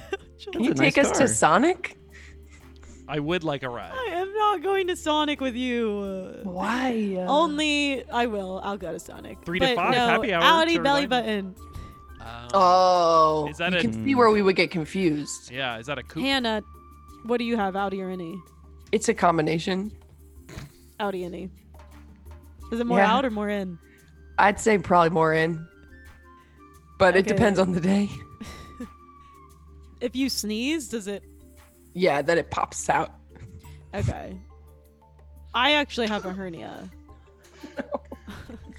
Can you
That's a nice
take us to
car.
Sonic?
I would like a ride.
I am not going to Sonic with you.
Why? uh,
Only I will. I'll go to Sonic.
Three to
But
five,
no,
happy hour,
Audi
sure,
belly
fine.
button.
Um,
Oh,
Is that
you
a-
can see where we would get confused.
yeah, is that a coupe?
Hannah, what do you have? Audi or any?
It's a combination.
Audi any? Is it more
Yeah.
out or more in?
I'd say probably more in, but it
Okay.
depends on the day.
If you sneeze, does it
Yeah, then it pops out.
Okay. I actually have a hernia.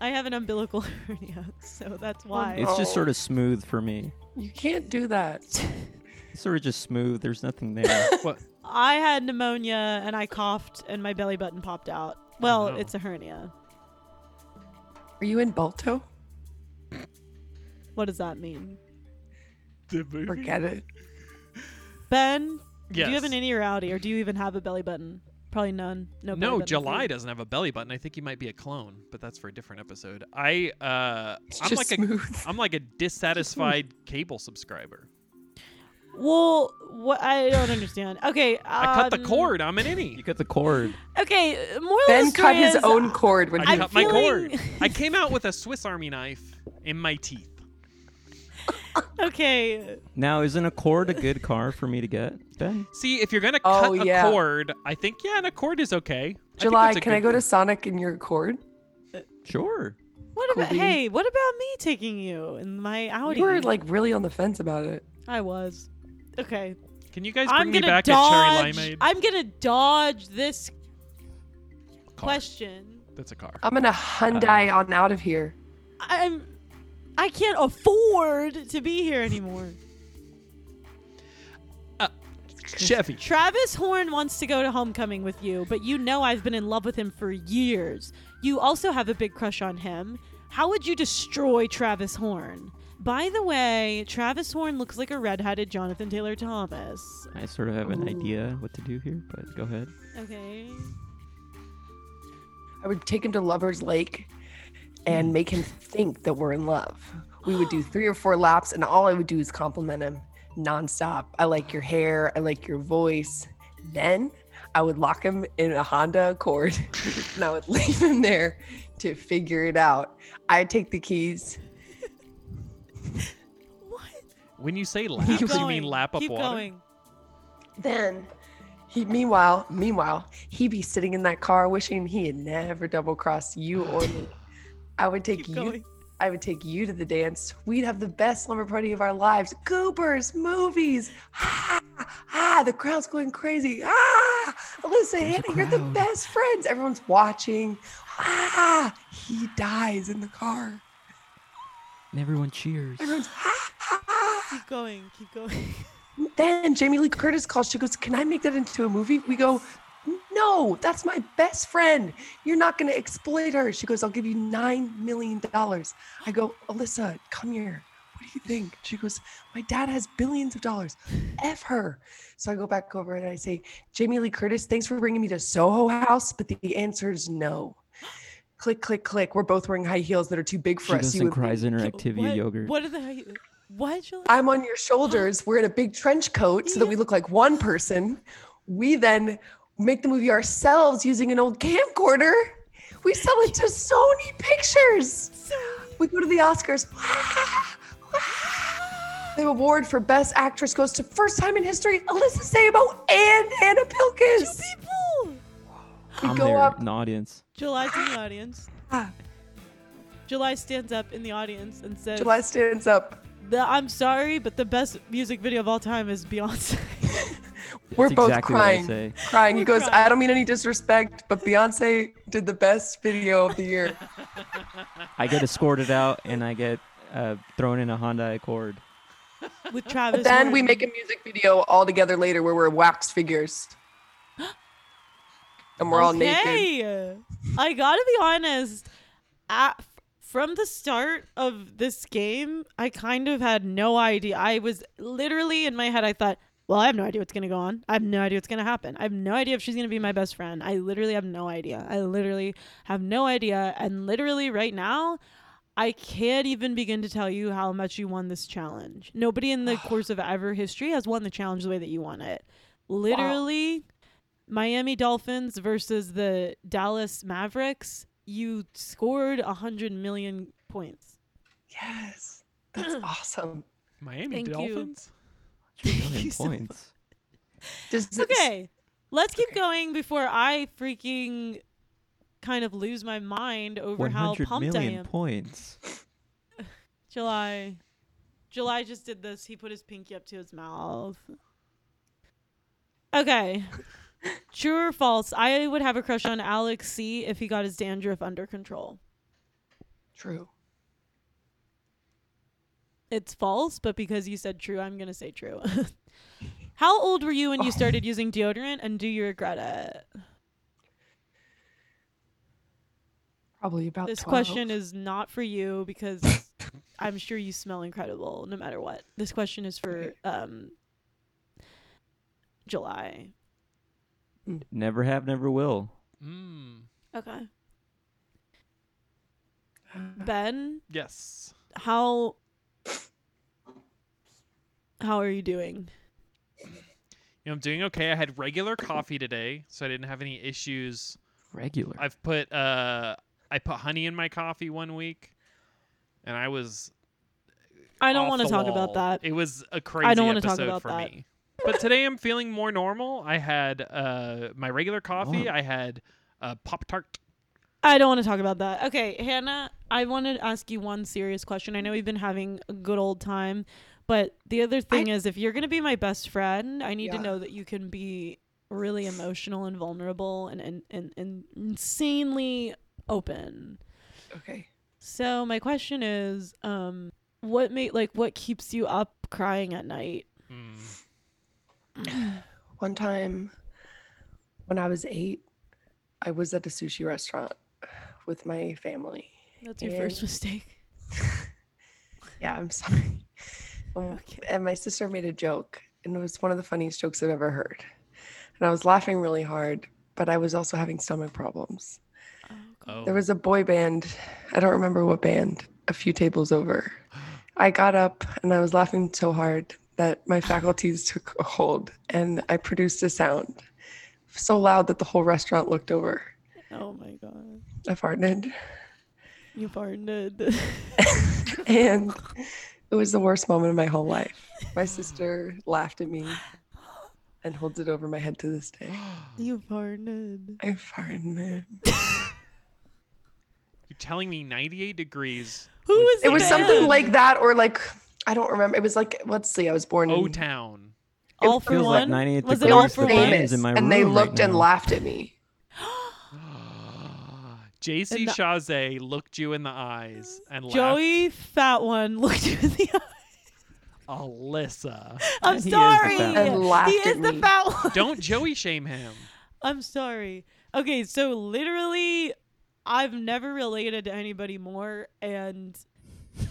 I have an umbilical hernia, so that's
Oh,
why.
it's just sort of smooth for me.
You can't do that.
It's sort of just smooth. There's nothing there.
What?
I had pneumonia and I coughed and my belly button popped out. Well,
Oh, no.
it's a hernia.
Are you in Balto?
What does that mean?
The movie?
Forget it.
Ben, do you
Yes.
have an innie or outie, or do you even have a belly button? Probably none. No. belly
No,
button for
July
you.
doesn't have a belly button. I think he might be a clone, but that's for a different episode. I uh
It's
I'm
just
like
smooth.
a I'm like a dissatisfied cable subscriber.
Well, what I don't understand. Okay,
I cut the
um,
cord, I'm an innie.
you got the cord.
Okay, more.
ben cut his own cord when
I
he
I'm
cut my
feeling-
cord. I came out with a Swiss Army knife in my teeth.
Okay,
Now, isn't a cord a good car for me to get, Ben?
See, if you're gonna
Oh,
cut
yeah.
a cord, I think yeah, and a cord is okay. I think
July,
that's a
can I
good
go to
thing.
Sonic in your cord?
Sure.
What about
Colby.
hey? What about me taking you in my Audi?
You were like really on the fence about it.
I was. Okay,
Can you guys bring
I'm
me
gonna
back a cherry
dodge.
limeade?
I'm gonna dodge this
Car.
question.
That's a car.
I'm gonna Hyundai on out of here.
I'm. I can't afford to be here anymore. Uh,
Chevy.
Travis Horn wants to go to homecoming with you, but you know I've been in love with him for years. You also have a big crush on him. How would you destroy Travis Horn? By the way, Travis Horn looks like a redheaded Jonathan Taylor Thomas.
I sort of have an idea what to do here, but go ahead.
Okay.
I would take him to Lover's Lake and make him think that we're in love. We would do three or four laps, and all I would do is compliment him nonstop. I like your hair. I like your voice. Then I would lock him in a Honda Accord, and I would leave him there to figure it out. I'd take the keys.
What?
When you say lap, do you mean lap up
Keep
water?
going.
Then, he meanwhile, meanwhile, he'd be sitting in that car wishing he had never double crossed you or me. I would take
Keep
you.
going.
I would take you to the dance. We'd have the best slumber party of our lives. Goobers, movies. Ah, ah the crowd's going crazy. Ah, Alyssa, Hannah, you're the
crowd.
best friends. Everyone's watching. Ah, he dies in the car.
And everyone cheers.
Everyone's ah, ah, ah.
Keep going. Keep going.
Then Jamie Lee Curtis calls. She goes, Can I make that into a movie? We go, No, that's my best friend. You're not going to exploit her. She goes, I'll give you $9 million. I go, Alyssa, come here. What do you think? She goes, My dad has billions of dollars. F her. So I go back over and I say, Jamie Lee Curtis, thanks for bringing me to Soho House, but the answer is no. Click, click, click. We're both wearing high heels that are too big for
She
us.
goes
You
and
and me.
cries in her Activia
what,
yogurt.
What are the? What? Julie?
I'm on your shoulders. We're in a big trench coat so that we look like one person. We then make the movie ourselves using an old camcorder. We sell it to Sony Pictures. We go to the Oscars. The award for Best Actress goes to first time in history, Alyssa Sabo and Anna Pilkins.
people.
We
I'm
go
there
up
in the audience.
July's in the audience.
Ah.
July stands up in the audience and says,
July stands up.
the, "I'm sorry, but the best music video of all time is Beyonce."
We're
That's
both
exactly
crying.
What I say.
Crying. He
We're
goes,
crying.
I don't mean any disrespect, but Beyonce did the best video of the year.
I get escorted out and I get uh, thrown in a Honda Accord.
With Travis.
then we
Morton.
make a music video all together later where we're wax figures and we're all naked
Okay. I gotta be honest. At, from the start of this game, I kind of had no idea. I was literally in my head. I thought, "Well, I have no idea what's gonna go on. I have no idea what's gonna happen. I have no idea if she's gonna be my best friend. I literally have no idea. I literally have no idea. And literally right now." I can't even begin to tell you how much you won this challenge. Nobody in the course of ever history has won the challenge the way that you won it. Literally, Miami Dolphins versus the Dallas Mavericks, you scored 100 million points.
yes that's awesome
Miami
Thank you.
Dolphins.
Million
you so
points.
Does it-
Okay, let's keep going before I freaking kind of lose my mind over how
100
pumped I
million
am.
points.
July. July just did this. He put his pinky up to his mouth. Okay. True or false? I would have a crush on Alex C if he got his dandruff under control.
true
It's false, but because you said true, I'm going to say true. How old were you when you started using deodorant and do you regret it?
probably about
This
12.
question is not for you because I'm sure you smell incredible no matter what. This question is for um July.
Never have, never will.
Mm.
Okay. Ben,
Yes.
how how are you doing?
You know, I'm doing okay. I had regular coffee today, so I didn't have any issues.
Regular.
I've put uh I put honey in my coffee one week and I was
I don't
want
want to talk about that.
It was a crazy
wanna talk
episode
about
for
that.
me. But today I'm feeling more normal. I had uh my regular coffee.
Oh.
Normal.
I had uh Pop Tart.
I don't want to talk about that. Okay, Hannah, I want to ask you one serious question. I know we've been having a good old time, but the other thing is if you're going to be my best friend, I need to
Yeah.
know that you can be really emotional and vulnerable and, and, and, and insanely open.
okay
So my question is, um, what made like what keeps you up crying at night?
Mm.
one time when i was eight i was at a sushi restaurant with my family
That's your
Yeah.
first mistake.
yeah i'm sorry Um, and my sister made a joke and it was one of the funniest jokes i've ever heard and i was laughing really hard but i was also having stomach problems
Oh, God.
Oh.
There was a boy band. I don't remember what band. A few tables over, I got up and I was laughing so hard that my faculties took a hold and I produced a sound so loud that the whole restaurant looked over.
Oh my god.
I farted
You farted.
and it was the worst moment of my whole life. My sister laughed at me and holds it over my head to this day.
you farted.
I farted.
Oh. You're telling me 98 degrees
Who was
It was
the
something
band?
like that or like I don't remember. It was like let's see, I was born in
O Town.
All for
Feels
one.
like 98
was it
degrees
all
to
for
the
one?
Flames in my
and they
room right
looked and
now.
laughed at me.
JC
And the-
Chazé looked you in the eyes and laughed.
Joey Fat One looked you in the eye.
Alyssa.
I'm
He is the
sorry.
fat one.
And laughed
he is
at
the
me.
fat one.
Don't Joey shame him.
I'm sorry. Okay, so literally, I've never related to anybody more, and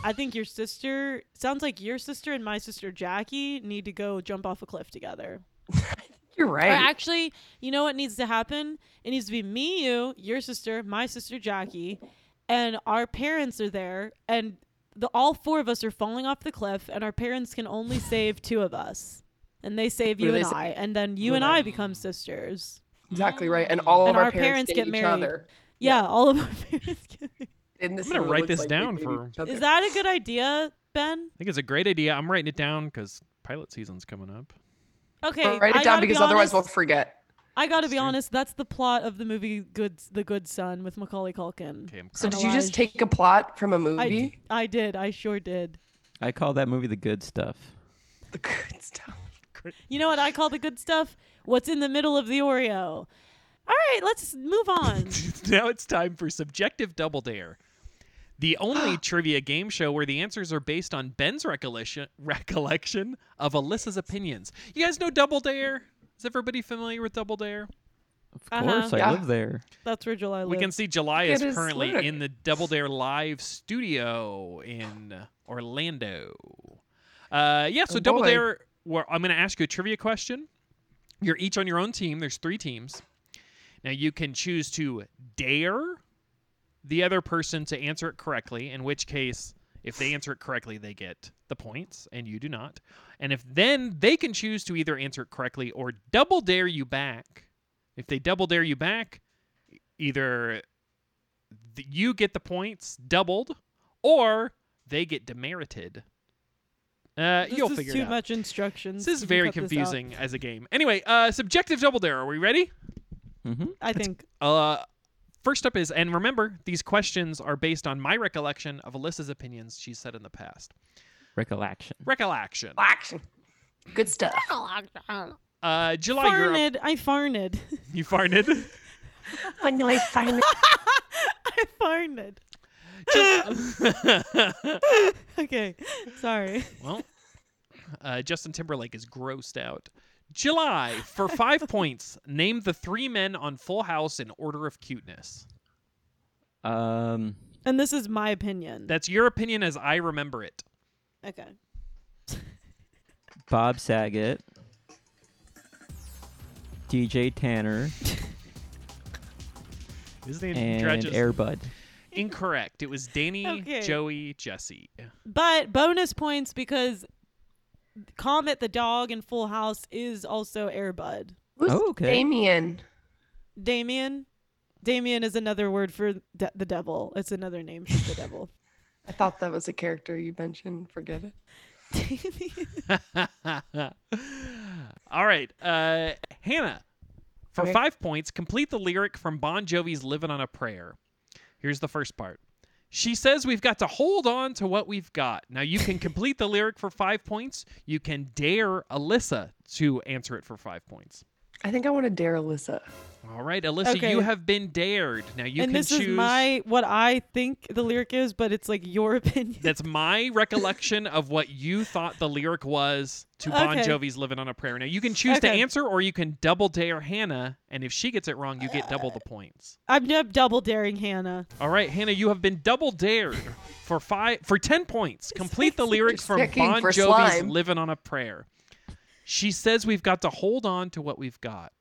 I think your sister sounds like your sister and my sister Jackie need to go jump off a cliff together.
You're
Or
right.
actually, you know what needs to happen? It needs to be me, you, your sister, my sister Jackie, and our parents are there, and the all four of us are falling off the cliff, and our parents can only save two of us. And they save you
Really
and
sa-
I, and then you
Well,
and
that-
I become sisters.
Exactly right. And all
And
of our,
our
parents,
parents
date
get
each
married.
other.
Yeah, all of our parents. Can be.
In this
I'm gonna
room, it
write
looks
this
like they
down
date
for-
each other.
Is that a good idea, Ben?
I think it's a great idea. I'm writing it down because pilot season's coming up.
Okay,
write
I
it down
gotta be
because otherwise we'll
honest-
forget.
I gotta be
Sure.
honest. That's the plot of the movie "Good The Good Son" with Macaulay Culkin.
Okay, I'm
So
And
did you just
Elijah.
take a plot from a
I, d-
movie?
I did. I sure did.
I call that movie the good stuff.
The good stuff.
You know what I call the good stuff? What's in the middle of the Oreo? All right, let's move on.
now it's time for subjective double dare the only trivia game show where the answers are based on ben's recollection recollection of alyssa's opinions you guys know double dare is everybody familiar with double dare
Of
Uh-huh.
course, I
Yeah.
live there.
That's where July lives.
we can see july
Look
is
at his
currently
look.
in the double dare live studio in orlando uh, yeah so
Oh,
double
boy.
dare where i'm going to ask you a trivia question you're each on your own team there's three teams now you can choose to dare the other person to answer it correctly, in which case, if they answer it correctly, they get the points and you do not. And if then they can choose to either answer it correctly or double dare you back. If they double dare you back, e-, either th- you get the points doubled or they get demerited. Uh,
This
you'll
is
figure
too
it out.
much instructions.
This is
You can
very
cut out.
confusing as a game. Anyway, uh, subjective double dare. Are we ready?
hmm
I think.
Uh, first up is, and remember, these questions are based on my recollection of Alyssa's opinions she said in the past.
Recollection.
Recollection.
Action. Good stuff.
Uh, July, you're up.
Farned. I farned.
You farted.
When do I find
I farned.
Ju-
Okay, sorry.
well, uh, Justin Timberlake is grossed out. July, for five points, name the three men on Full House in order of cuteness.
Um,
And this is my opinion.
That's your opinion as I remember it.
okay.
Bob Saget, DJ Tanner,
His name
and
Drudge's-
Airbud.
Incorrect. It was Danny,
Okay.
Joey, Jesse.
But bonus points because Comet the dog in Full House is also Airbud.
Who's
Oh, okay.
Damien?
Damien. Damien is another word for de- the devil. It's another name for the devil.
I thought that was a character you mentioned. Forget it.
Damien.
All right, uh, Hannah, for
Okay.
five points, complete the lyric from Bon Jovi's "Living on a Prayer." Here's the first part. She says we've got to hold on to what we've got. Now you can complete the lyric for five points. You can dare Alyssa to answer it for five points.
I think I want to dare Alyssa.
All right, Alyssa,
Okay.
you have been dared. Now you
and
can
this
choose.
is my what I think the lyric is, but it's like your opinion.
That's my recollection of what you thought the lyric was to Bon
Okay.
Jovi's Living on a Prayer. Now, you can choose to
Okay.
answer or you can double dare Hannah, and if she gets it wrong, you get double the points.
I'm not double daring Hannah.
All right, Hannah, you have been double dared for five for 10 points. Complete the lyric
Just
from
checking
Bon
for
Jovi's
slime.
Living on a Prayer. She says we've got to hold on to what we've got.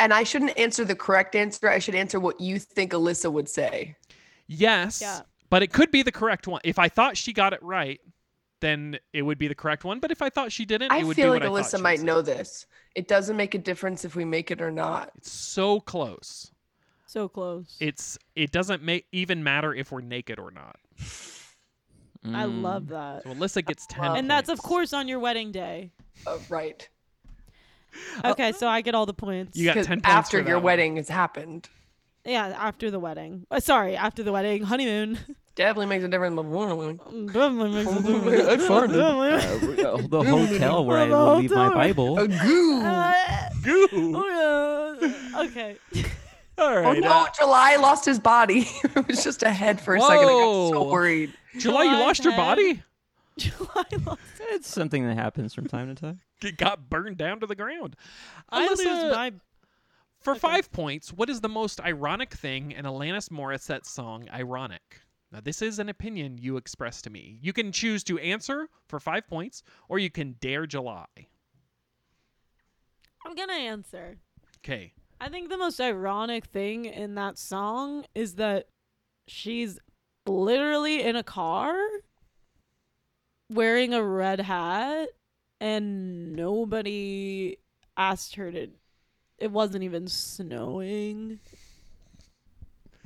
And I shouldn't answer the correct answer. I should answer what you think Alyssa would say.
Yes,
Yeah.
But it could be the correct one. If I thought she got it right, then it would be the correct one. But if I thought she didn't, it
I
would
feel
be
like
what I thought
Alyssa
she
might
said.
know this. It doesn't make a difference if we make it or not.
It's so close.
So close.
It's it doesn't make even matter if we're naked or not.
I
Mm.
love that.
So Alyssa gets ten.
And that's of
points.
course on your wedding day.
Uh, right.
Okay, so I get all the points.
Oh. You got
'Cause
ten points
after
for that
your
one.
wedding has happened.
yeah, after the wedding. Uh, sorry, after the wedding, honeymoon.
Definitely makes a difference.
Definitely makes a difference.
I farted.
Uh, the hotel where I will leave my
hotel.
Bible.
A goo.
Uh,
Goo.
uh, okay.
All
oh
right.
no,
uh,
July lost his body. it was just a head for a second. I got so
Whoa.
worried.
July, you
July's
lost your
head.
body.
July lost.
It's something that happens from time to time.
It got burned down to the ground.
I lose
Alyssa,
my.
For
Okay.
five points, what is the most ironic thing in Alanis Morissette's song Ironic? Now, this is an opinion you expressed to me. You can choose to answer for five points, or you can dare July.
I'm gonna answer.
Okay.
I think the most ironic thing in that song is that she's literally in a car wearing a red hat and nobody asked her to it wasn't even snowing.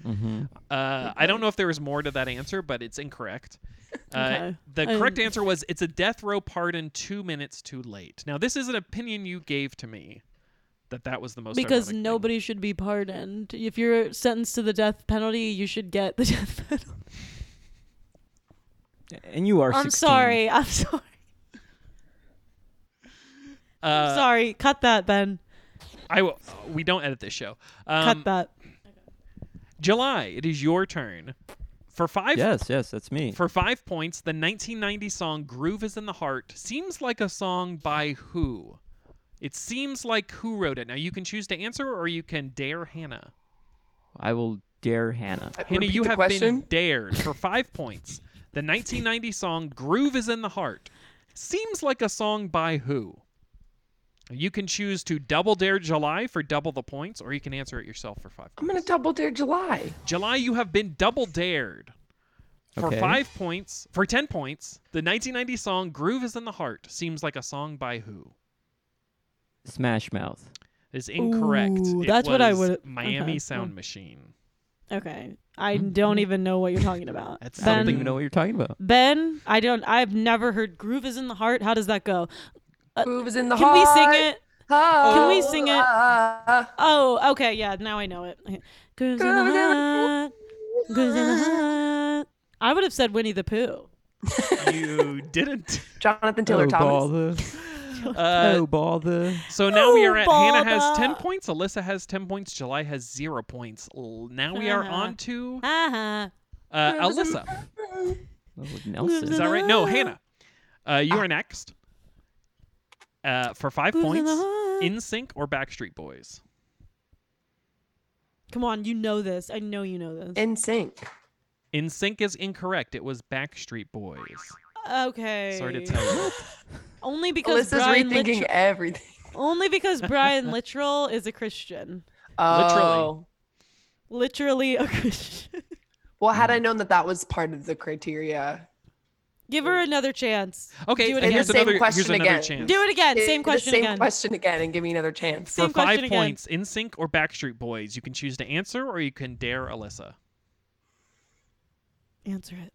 Mm-hmm.
Uh, I don't know if there was more to that answer, but it's incorrect. Uh,
Okay.
the correct
Um,
answer was it's a death row pardon two minutes too late. Now, this is an opinion you gave to me that that was the most ironic
because
thing.
nobody should be pardoned. If you're sentenced to the death penalty, you should get the death penalty.
And you are.
I'm
16.
sorry. I'm sorry.
Uh,
sorry. Cut that, Ben.
I will. We don't edit this show.
Cut
Um,
that.
July, it is your turn. For five
Yes, yes, that's me.
for five points, the 1990 song "Groove Is in the Heart" seems like a song by who? It seems like who wrote it. Now you can choose to answer, or you can dare Hannah.
I will dare Hannah.
Hannah,
Repeat
you
the
have
question.
been dared for five points. The 1990 song "Groove Is in the Heart" seems like a song by who? You can choose to double dare July for double the points, or you can answer it yourself for five.
I'm gonna double dare July.
July, you have been double dared. For
Okay.
five points, for 10 points, the 1990 song Groove is in the Heart seems like a song by who?
Smash Mouth.
Is incorrect.
Ooh,
It
that's what I
was
would-
Miami
okay,
Sound
well.
Machine.
Okay. I don't even know what you're talking about.
That's
I don't
ben,
even know what you're talking about.
ben, I don't I've never heard Groove is in the heart. How does that go?
Groove is in the
Uh, Can
heart.
we sing it?
Can
we sing it? Oh, okay, yeah, now I know it. Okay. Grooves in the heart. Grooves in the heart. I would have said Winnie the Pooh.
You didn't.
Jonathan Taylor
oh,
Thomas.
bother.
Uh,
oh, bother.
so now we
Oh,
are at Hannah has
bother.
10 points, Alyssa has 10 points, July has zero points. L- Now we are
Uh-huh.
on to
Uh-huh.
uh,
Groove is in-
Alyssa.
Oh, Nelson.
Is that right? No, Hannah. Uh, you are next. Uh, for five
Groove Ah. in
points,
the heart.
In Sync or Backstreet Boys.
Come on, you know this. I know you know this.
In sync.
In Sync is incorrect. It was Backstreet Boys.
okay.
Sorry to tell you.
Only because
Alyssa's
Brian
rethinking
Littrell-
everything.
only because Brian Littrell is a Christian.
Oh.
Literally a Christian.
Well, had I
Mm.
known that that was part of the criteria,
Give her another chance.
Okay,
Do it
and
again.
here's
Same
another, here's
question
another
again.
chance.
Do it again.
Give me
Same
the
question
same
again.
question again, and give me another chance.
For
Same
five
question again.
points, In Sync or Backstreet Boys. You can choose to answer or you can dare Alyssa.
Answer it.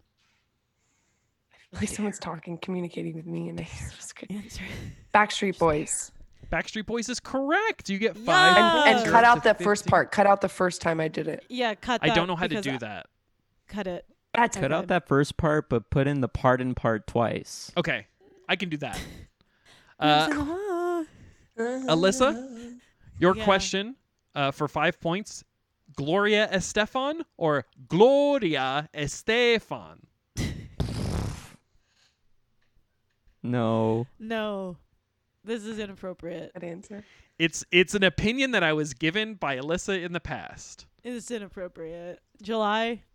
Like someone's talking, communicating with me, and I just could-
Answer it.
Backstreet Boys.
Backstreet Boys is correct. You get five.
Yeah.
points.
And-
And
Oh.
You're
cut
up
out
to
that first
15.
part. Cut out the first time I did it.
Yeah, cut
I
that.
don't know how to
because
do
I-
that.
Cut it.
That's
Cut
Okay.
out that first part, but put in the pardon part twice.
Okay, I can do that. Uh, Alyssa, your
Yeah.
question uh, for five points Gloria Estefan or Gloria Estefan?
No.
no. This is inappropriate.
Good answer.
It's it's an opinion that I was given by Alyssa in the past.
It's inappropriate. July.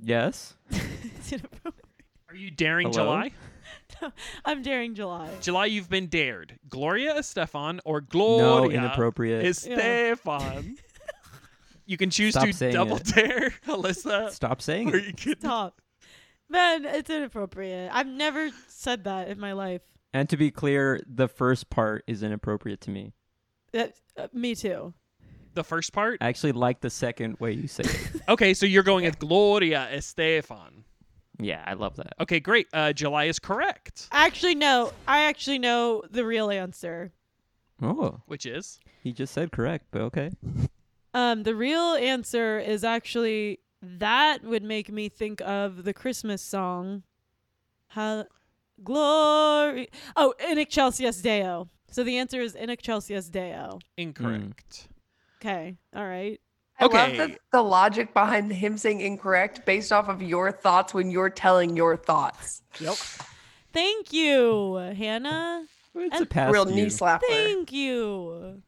Yes.
it's inappropriate.
Are you daring
Hello?
July?
No, I'm daring July.
July, you've been dared. Gloria Estefan or
No,
Gloria
inappropriate.
Estefan. You can choose
Stop
to
saying
double
it.
dare Alyssa,
Stop saying
or
it.
you could.
Stop. Man, it's inappropriate. I've never said that in my life.
And to be clear, the first part is inappropriate to me.
That, uh, me too.
The first part.
I actually like the second way you say it.
Okay, so you're going with Gloria Estefan.
yeah, I love that.
Okay, great. Uh, July is correct,
Actually, no. I actually know the real answer.
Oh,
which is
he just said correct, but okay.
Um, the real answer is actually that would make me think of the Christmas song. How glory. Oh, in excelsis Deo. So the answer is in excelsis Deo.
incorrect.
Okay. All right.
I love
Okay.
the, the logic behind him saying incorrect based off of your thoughts when you're telling your thoughts.
Yep.
Thank you, Hannah.
It's a
And
pass
Real
to
knee
you.
slapper.
Thank you.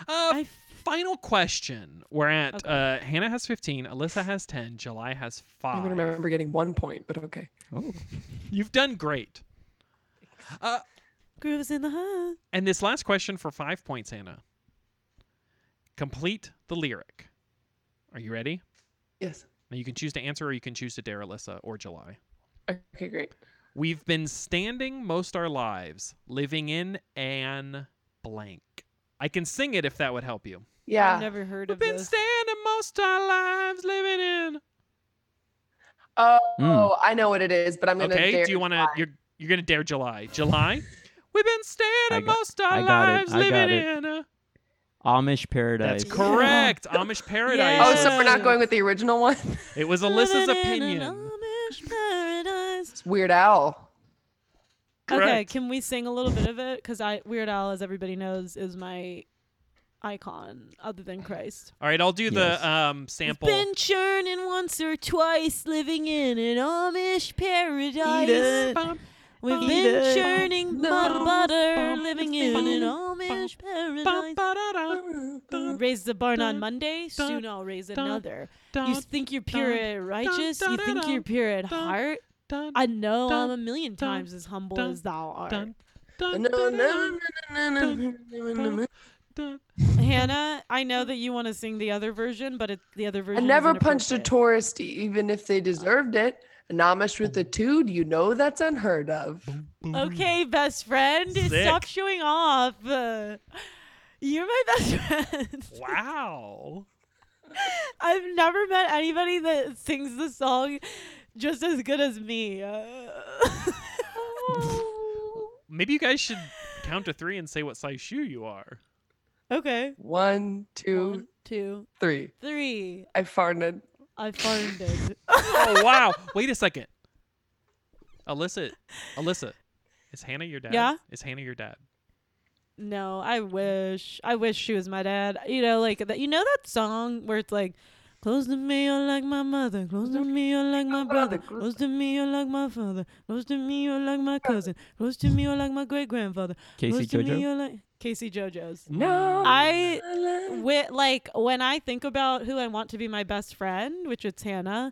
Uh,
I
final question. We're at
Okay.
uh, Hannah has 15, Alyssa has 10, July has
I
5.
don't remember getting one point, but okay.
Oh.
You've done great.
grooves in the heart.
And this last question for five points, Hannah. Complete the lyric. Are you ready?
Yes.
Now you can choose to answer or you can choose to dare Alyssa or July.
Okay, great.
We've been standing most our lives, living in an blank. I can sing it if that would help you.
Yeah.
I've never heard
We've
of
been
this.
standing most our lives, living in.
oh,
Mm.
I know what it is, but I'm gonna.
Hmm. Okay,
dare
do you want to? You're you're gonna dare July. July. We've been
I
standing
got-
most our
I got it,
lives,
I got
living
it.
in. A...
Amish paradise.
That's correct. Amish paradise.
Oh, so we're not
Yeah.
going with the original one.
It was Alyssa's
Living in an
opinion.
Amish paradise.
It's Weird Al.
Okay,
Correct.
can we sing a little bit of it? Because I Weird Al, as everybody knows, is my icon other than Christ.
All right, I'll do
Yes.
the um sample.
Been churning once or twice, living in an Amish paradise.
Bum,
We've
Eat
been
it.
churning
No.
mud butter,
Bum,
living in
bum,
an Amish
bum,
paradise.
ba-da-da,
Hmm.
Raise the barn on
dun,
Monday,
dun,
soon I'll raise
dun,
another. You
dun,
think you're pure
dun,
at righteous,
dun,
you
dun,
think
dun,
you're pure at
dun,
heart.
dun,
I know
dun,
I'm a million
dun,
times as humble
dun,
as thou art.
dun,
No,
dun,
no,
dun,
no, no, no, no, no, no.
dun, dun.
Hannah, I know that you want to sing the other version, but it, the other
I
version. is
never punched a
inappropriate.
tourist, even if they deserved it. An Amish with a tood, you know that's unheard of. Mm.
Okay, best friend, stop
Sick.
showing off. Uh, You're my best friend.
Wow.
I've never met anybody that sings the song just as good as me. Uh,
Maybe you guys should count to three and say what size shoe you are.
okay.
One, two,
One, two,
three.
three.
I farted.
I farted.
Oh wow! Wait a second. Alyssa, Alyssa, is Hannah your dad?
Yeah?
Is Hannah your dad?
No, I wish. I wish she was my dad. You know, like that. You know that song where it's like, "Close to me, you're like my mother. Close to me, you're like my brother. Close to me, you're like my father. Close to me, you're like my cousin. Close to me, you're like my great grandfather.
Casey
Close to me,
uh,
Jojo.
you're like Casey JoJo's."
No.
I
I
with like when I think about who I want to be my best friend, which it's Hannah,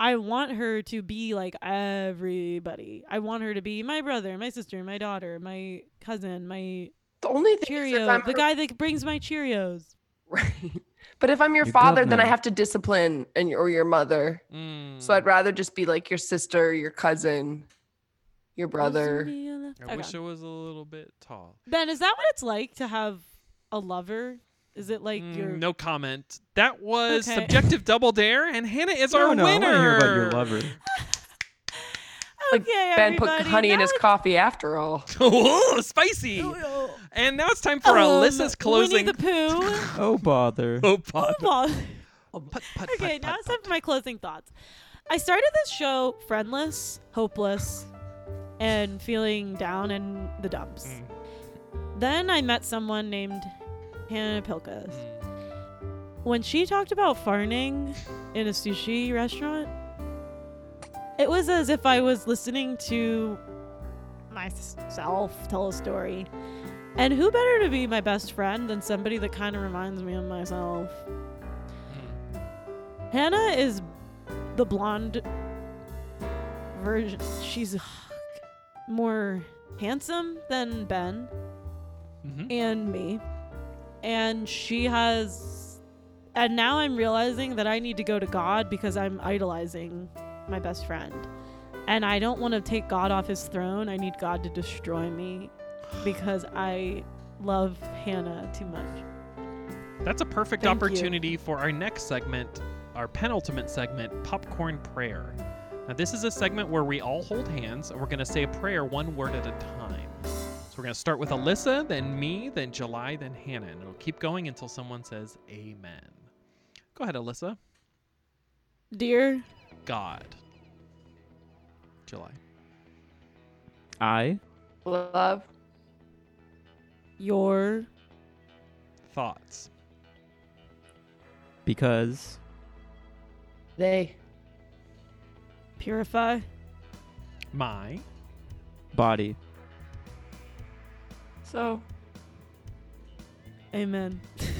I want her to be like everybody. I want her to be my brother, my sister, my daughter, my cousin, my
The only thing is if
Cheerio,
I'm
the guy that brings my Cheerios.
Right. But if I'm your
Your
father, then I
governor.
have to discipline and or your mother.
Hmm.
So I'd rather just be like your sister, your cousin, your brother.
I
Okay.
wish I was a little bit tall.
Ben, is that what it's like to have a lover? Is it like
Mm,
your
No comment. That was
Okay.
subjective double dare, and Hannah is
No,
our
no, I
winner.
want to hear about your lover.
okay,
Like, Ben put
everybody,
honey in
now
his coffee after all.
Ooh, spicy!
it's- Oh,
And now it's time for
um,
Alyssa's closing.
Winnie the Pooh.
Oh bother.
Oh,
Oh,
pop.
well. Oh,
Put, put,
Okay,
put,
now
put,
it's time
put.
for my closing thoughts. I started this show friendless, hopeless, and feeling down in the dumps. Then I met someone named Hannah Pilkas. When she talked about farting in a sushi restaurant, it was as if I was listening to myself tell a story. And who better to be my best friend than somebody that kind of reminds me of myself? Hannah is the blonde version. She's more handsome than Ben
Mhm.
and me. And she has And now I'm realizing that I need to go to God because I'm idolizing my best friend. And I don't want to take God off his throne. I need God to destroy me because I love Hannah too much.
That's a perfect
Thank you.
opportunity for our next segment, our penultimate segment, Popcorn Prayer. Now, this is a segment where we all hold hands and we're going to say a prayer one word at a time. So, we're going to start with Alyssa, then me, then July, then Hannah. And it'll keep going until someone says Amen. Go ahead, Alyssa.
Dear
God. July.
I
Love.
your
Thoughts.
because
They.
purify
My.
body.
So
amen.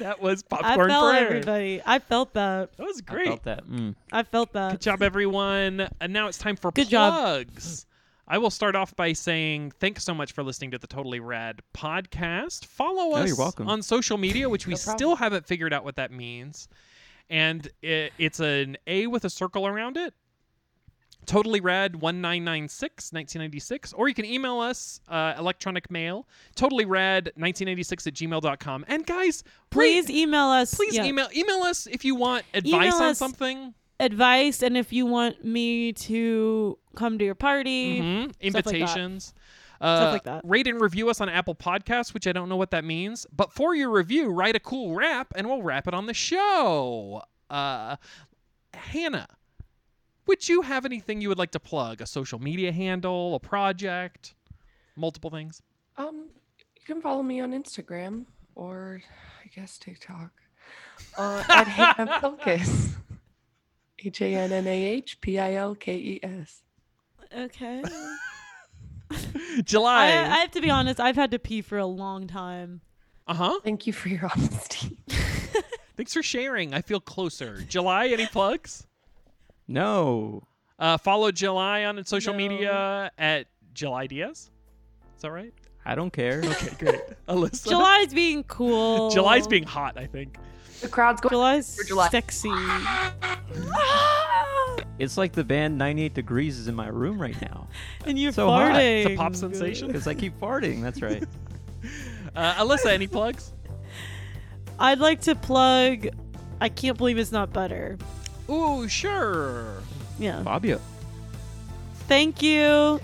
That was
I
Popcorn
felt
Prayer.
everybody. I felt that.
That was
I
great.
felt that. Mm.
I felt
Good
that.
job, everyone. And now it's time for
Good job.
plugs. I will start off by saying thanks so much for listening to the Totally Rad podcast. Follow
Oh,
us
you're welcome.
on social media, which we
No problem.
still haven't figured out what that means. And i it's an A with a circle around it. Totally Rad 1996, 1996. Or you can email us uh, electronic mail, totallyrad1996 at gmail.com. And guys,
Please
rate-
email us.
please
yeah,
email email us if you want advice on
us.
something.
advice, and if you want me to come to your party,
Mhm.
Stuff like that.
invitations
Stuff
Uh,
like that.
rate and review us on apple podcasts which i don't know what that means but for your review write a cool rap and we'll wrap it on the show uh, hannah would you have anything you would like to plug a social media handle a project multiple things
um
You can follow me on Instagram or I guess TikTok uh, at Hannah Pilkes. H A N N A H P I L K E S.
Mm-hmm.
okay. I,
july
I have to be honest. I've had to pee for a long time.
uh-huh
Thank you for your honesty.
thanks for sharing i feel closer july any plugs
No.
uh, follow july on social
No.
media at july diaz is that right
I don't care.
okay great alyssa
July's being cool.
July's being hot, I think.
The crowd's going.
July's
for July.
sexy.
"Ah!"
It's like the band 98 Degrees is in my room right now
And you're
So hot.
farting.
It's a pop sensation.
because I keep farting. That's right.
Uh, Alyssa, any plugs?
I'd like to plug. I can't believe it's not butter.
Ooh, sure.
Yeah.
Fabio.
Thank you.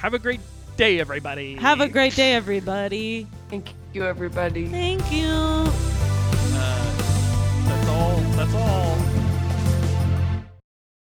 Have a great day, everybody.
Have a great day, everybody.
Thank you, everybody.
Thank you.
Uh, that's all. That's all.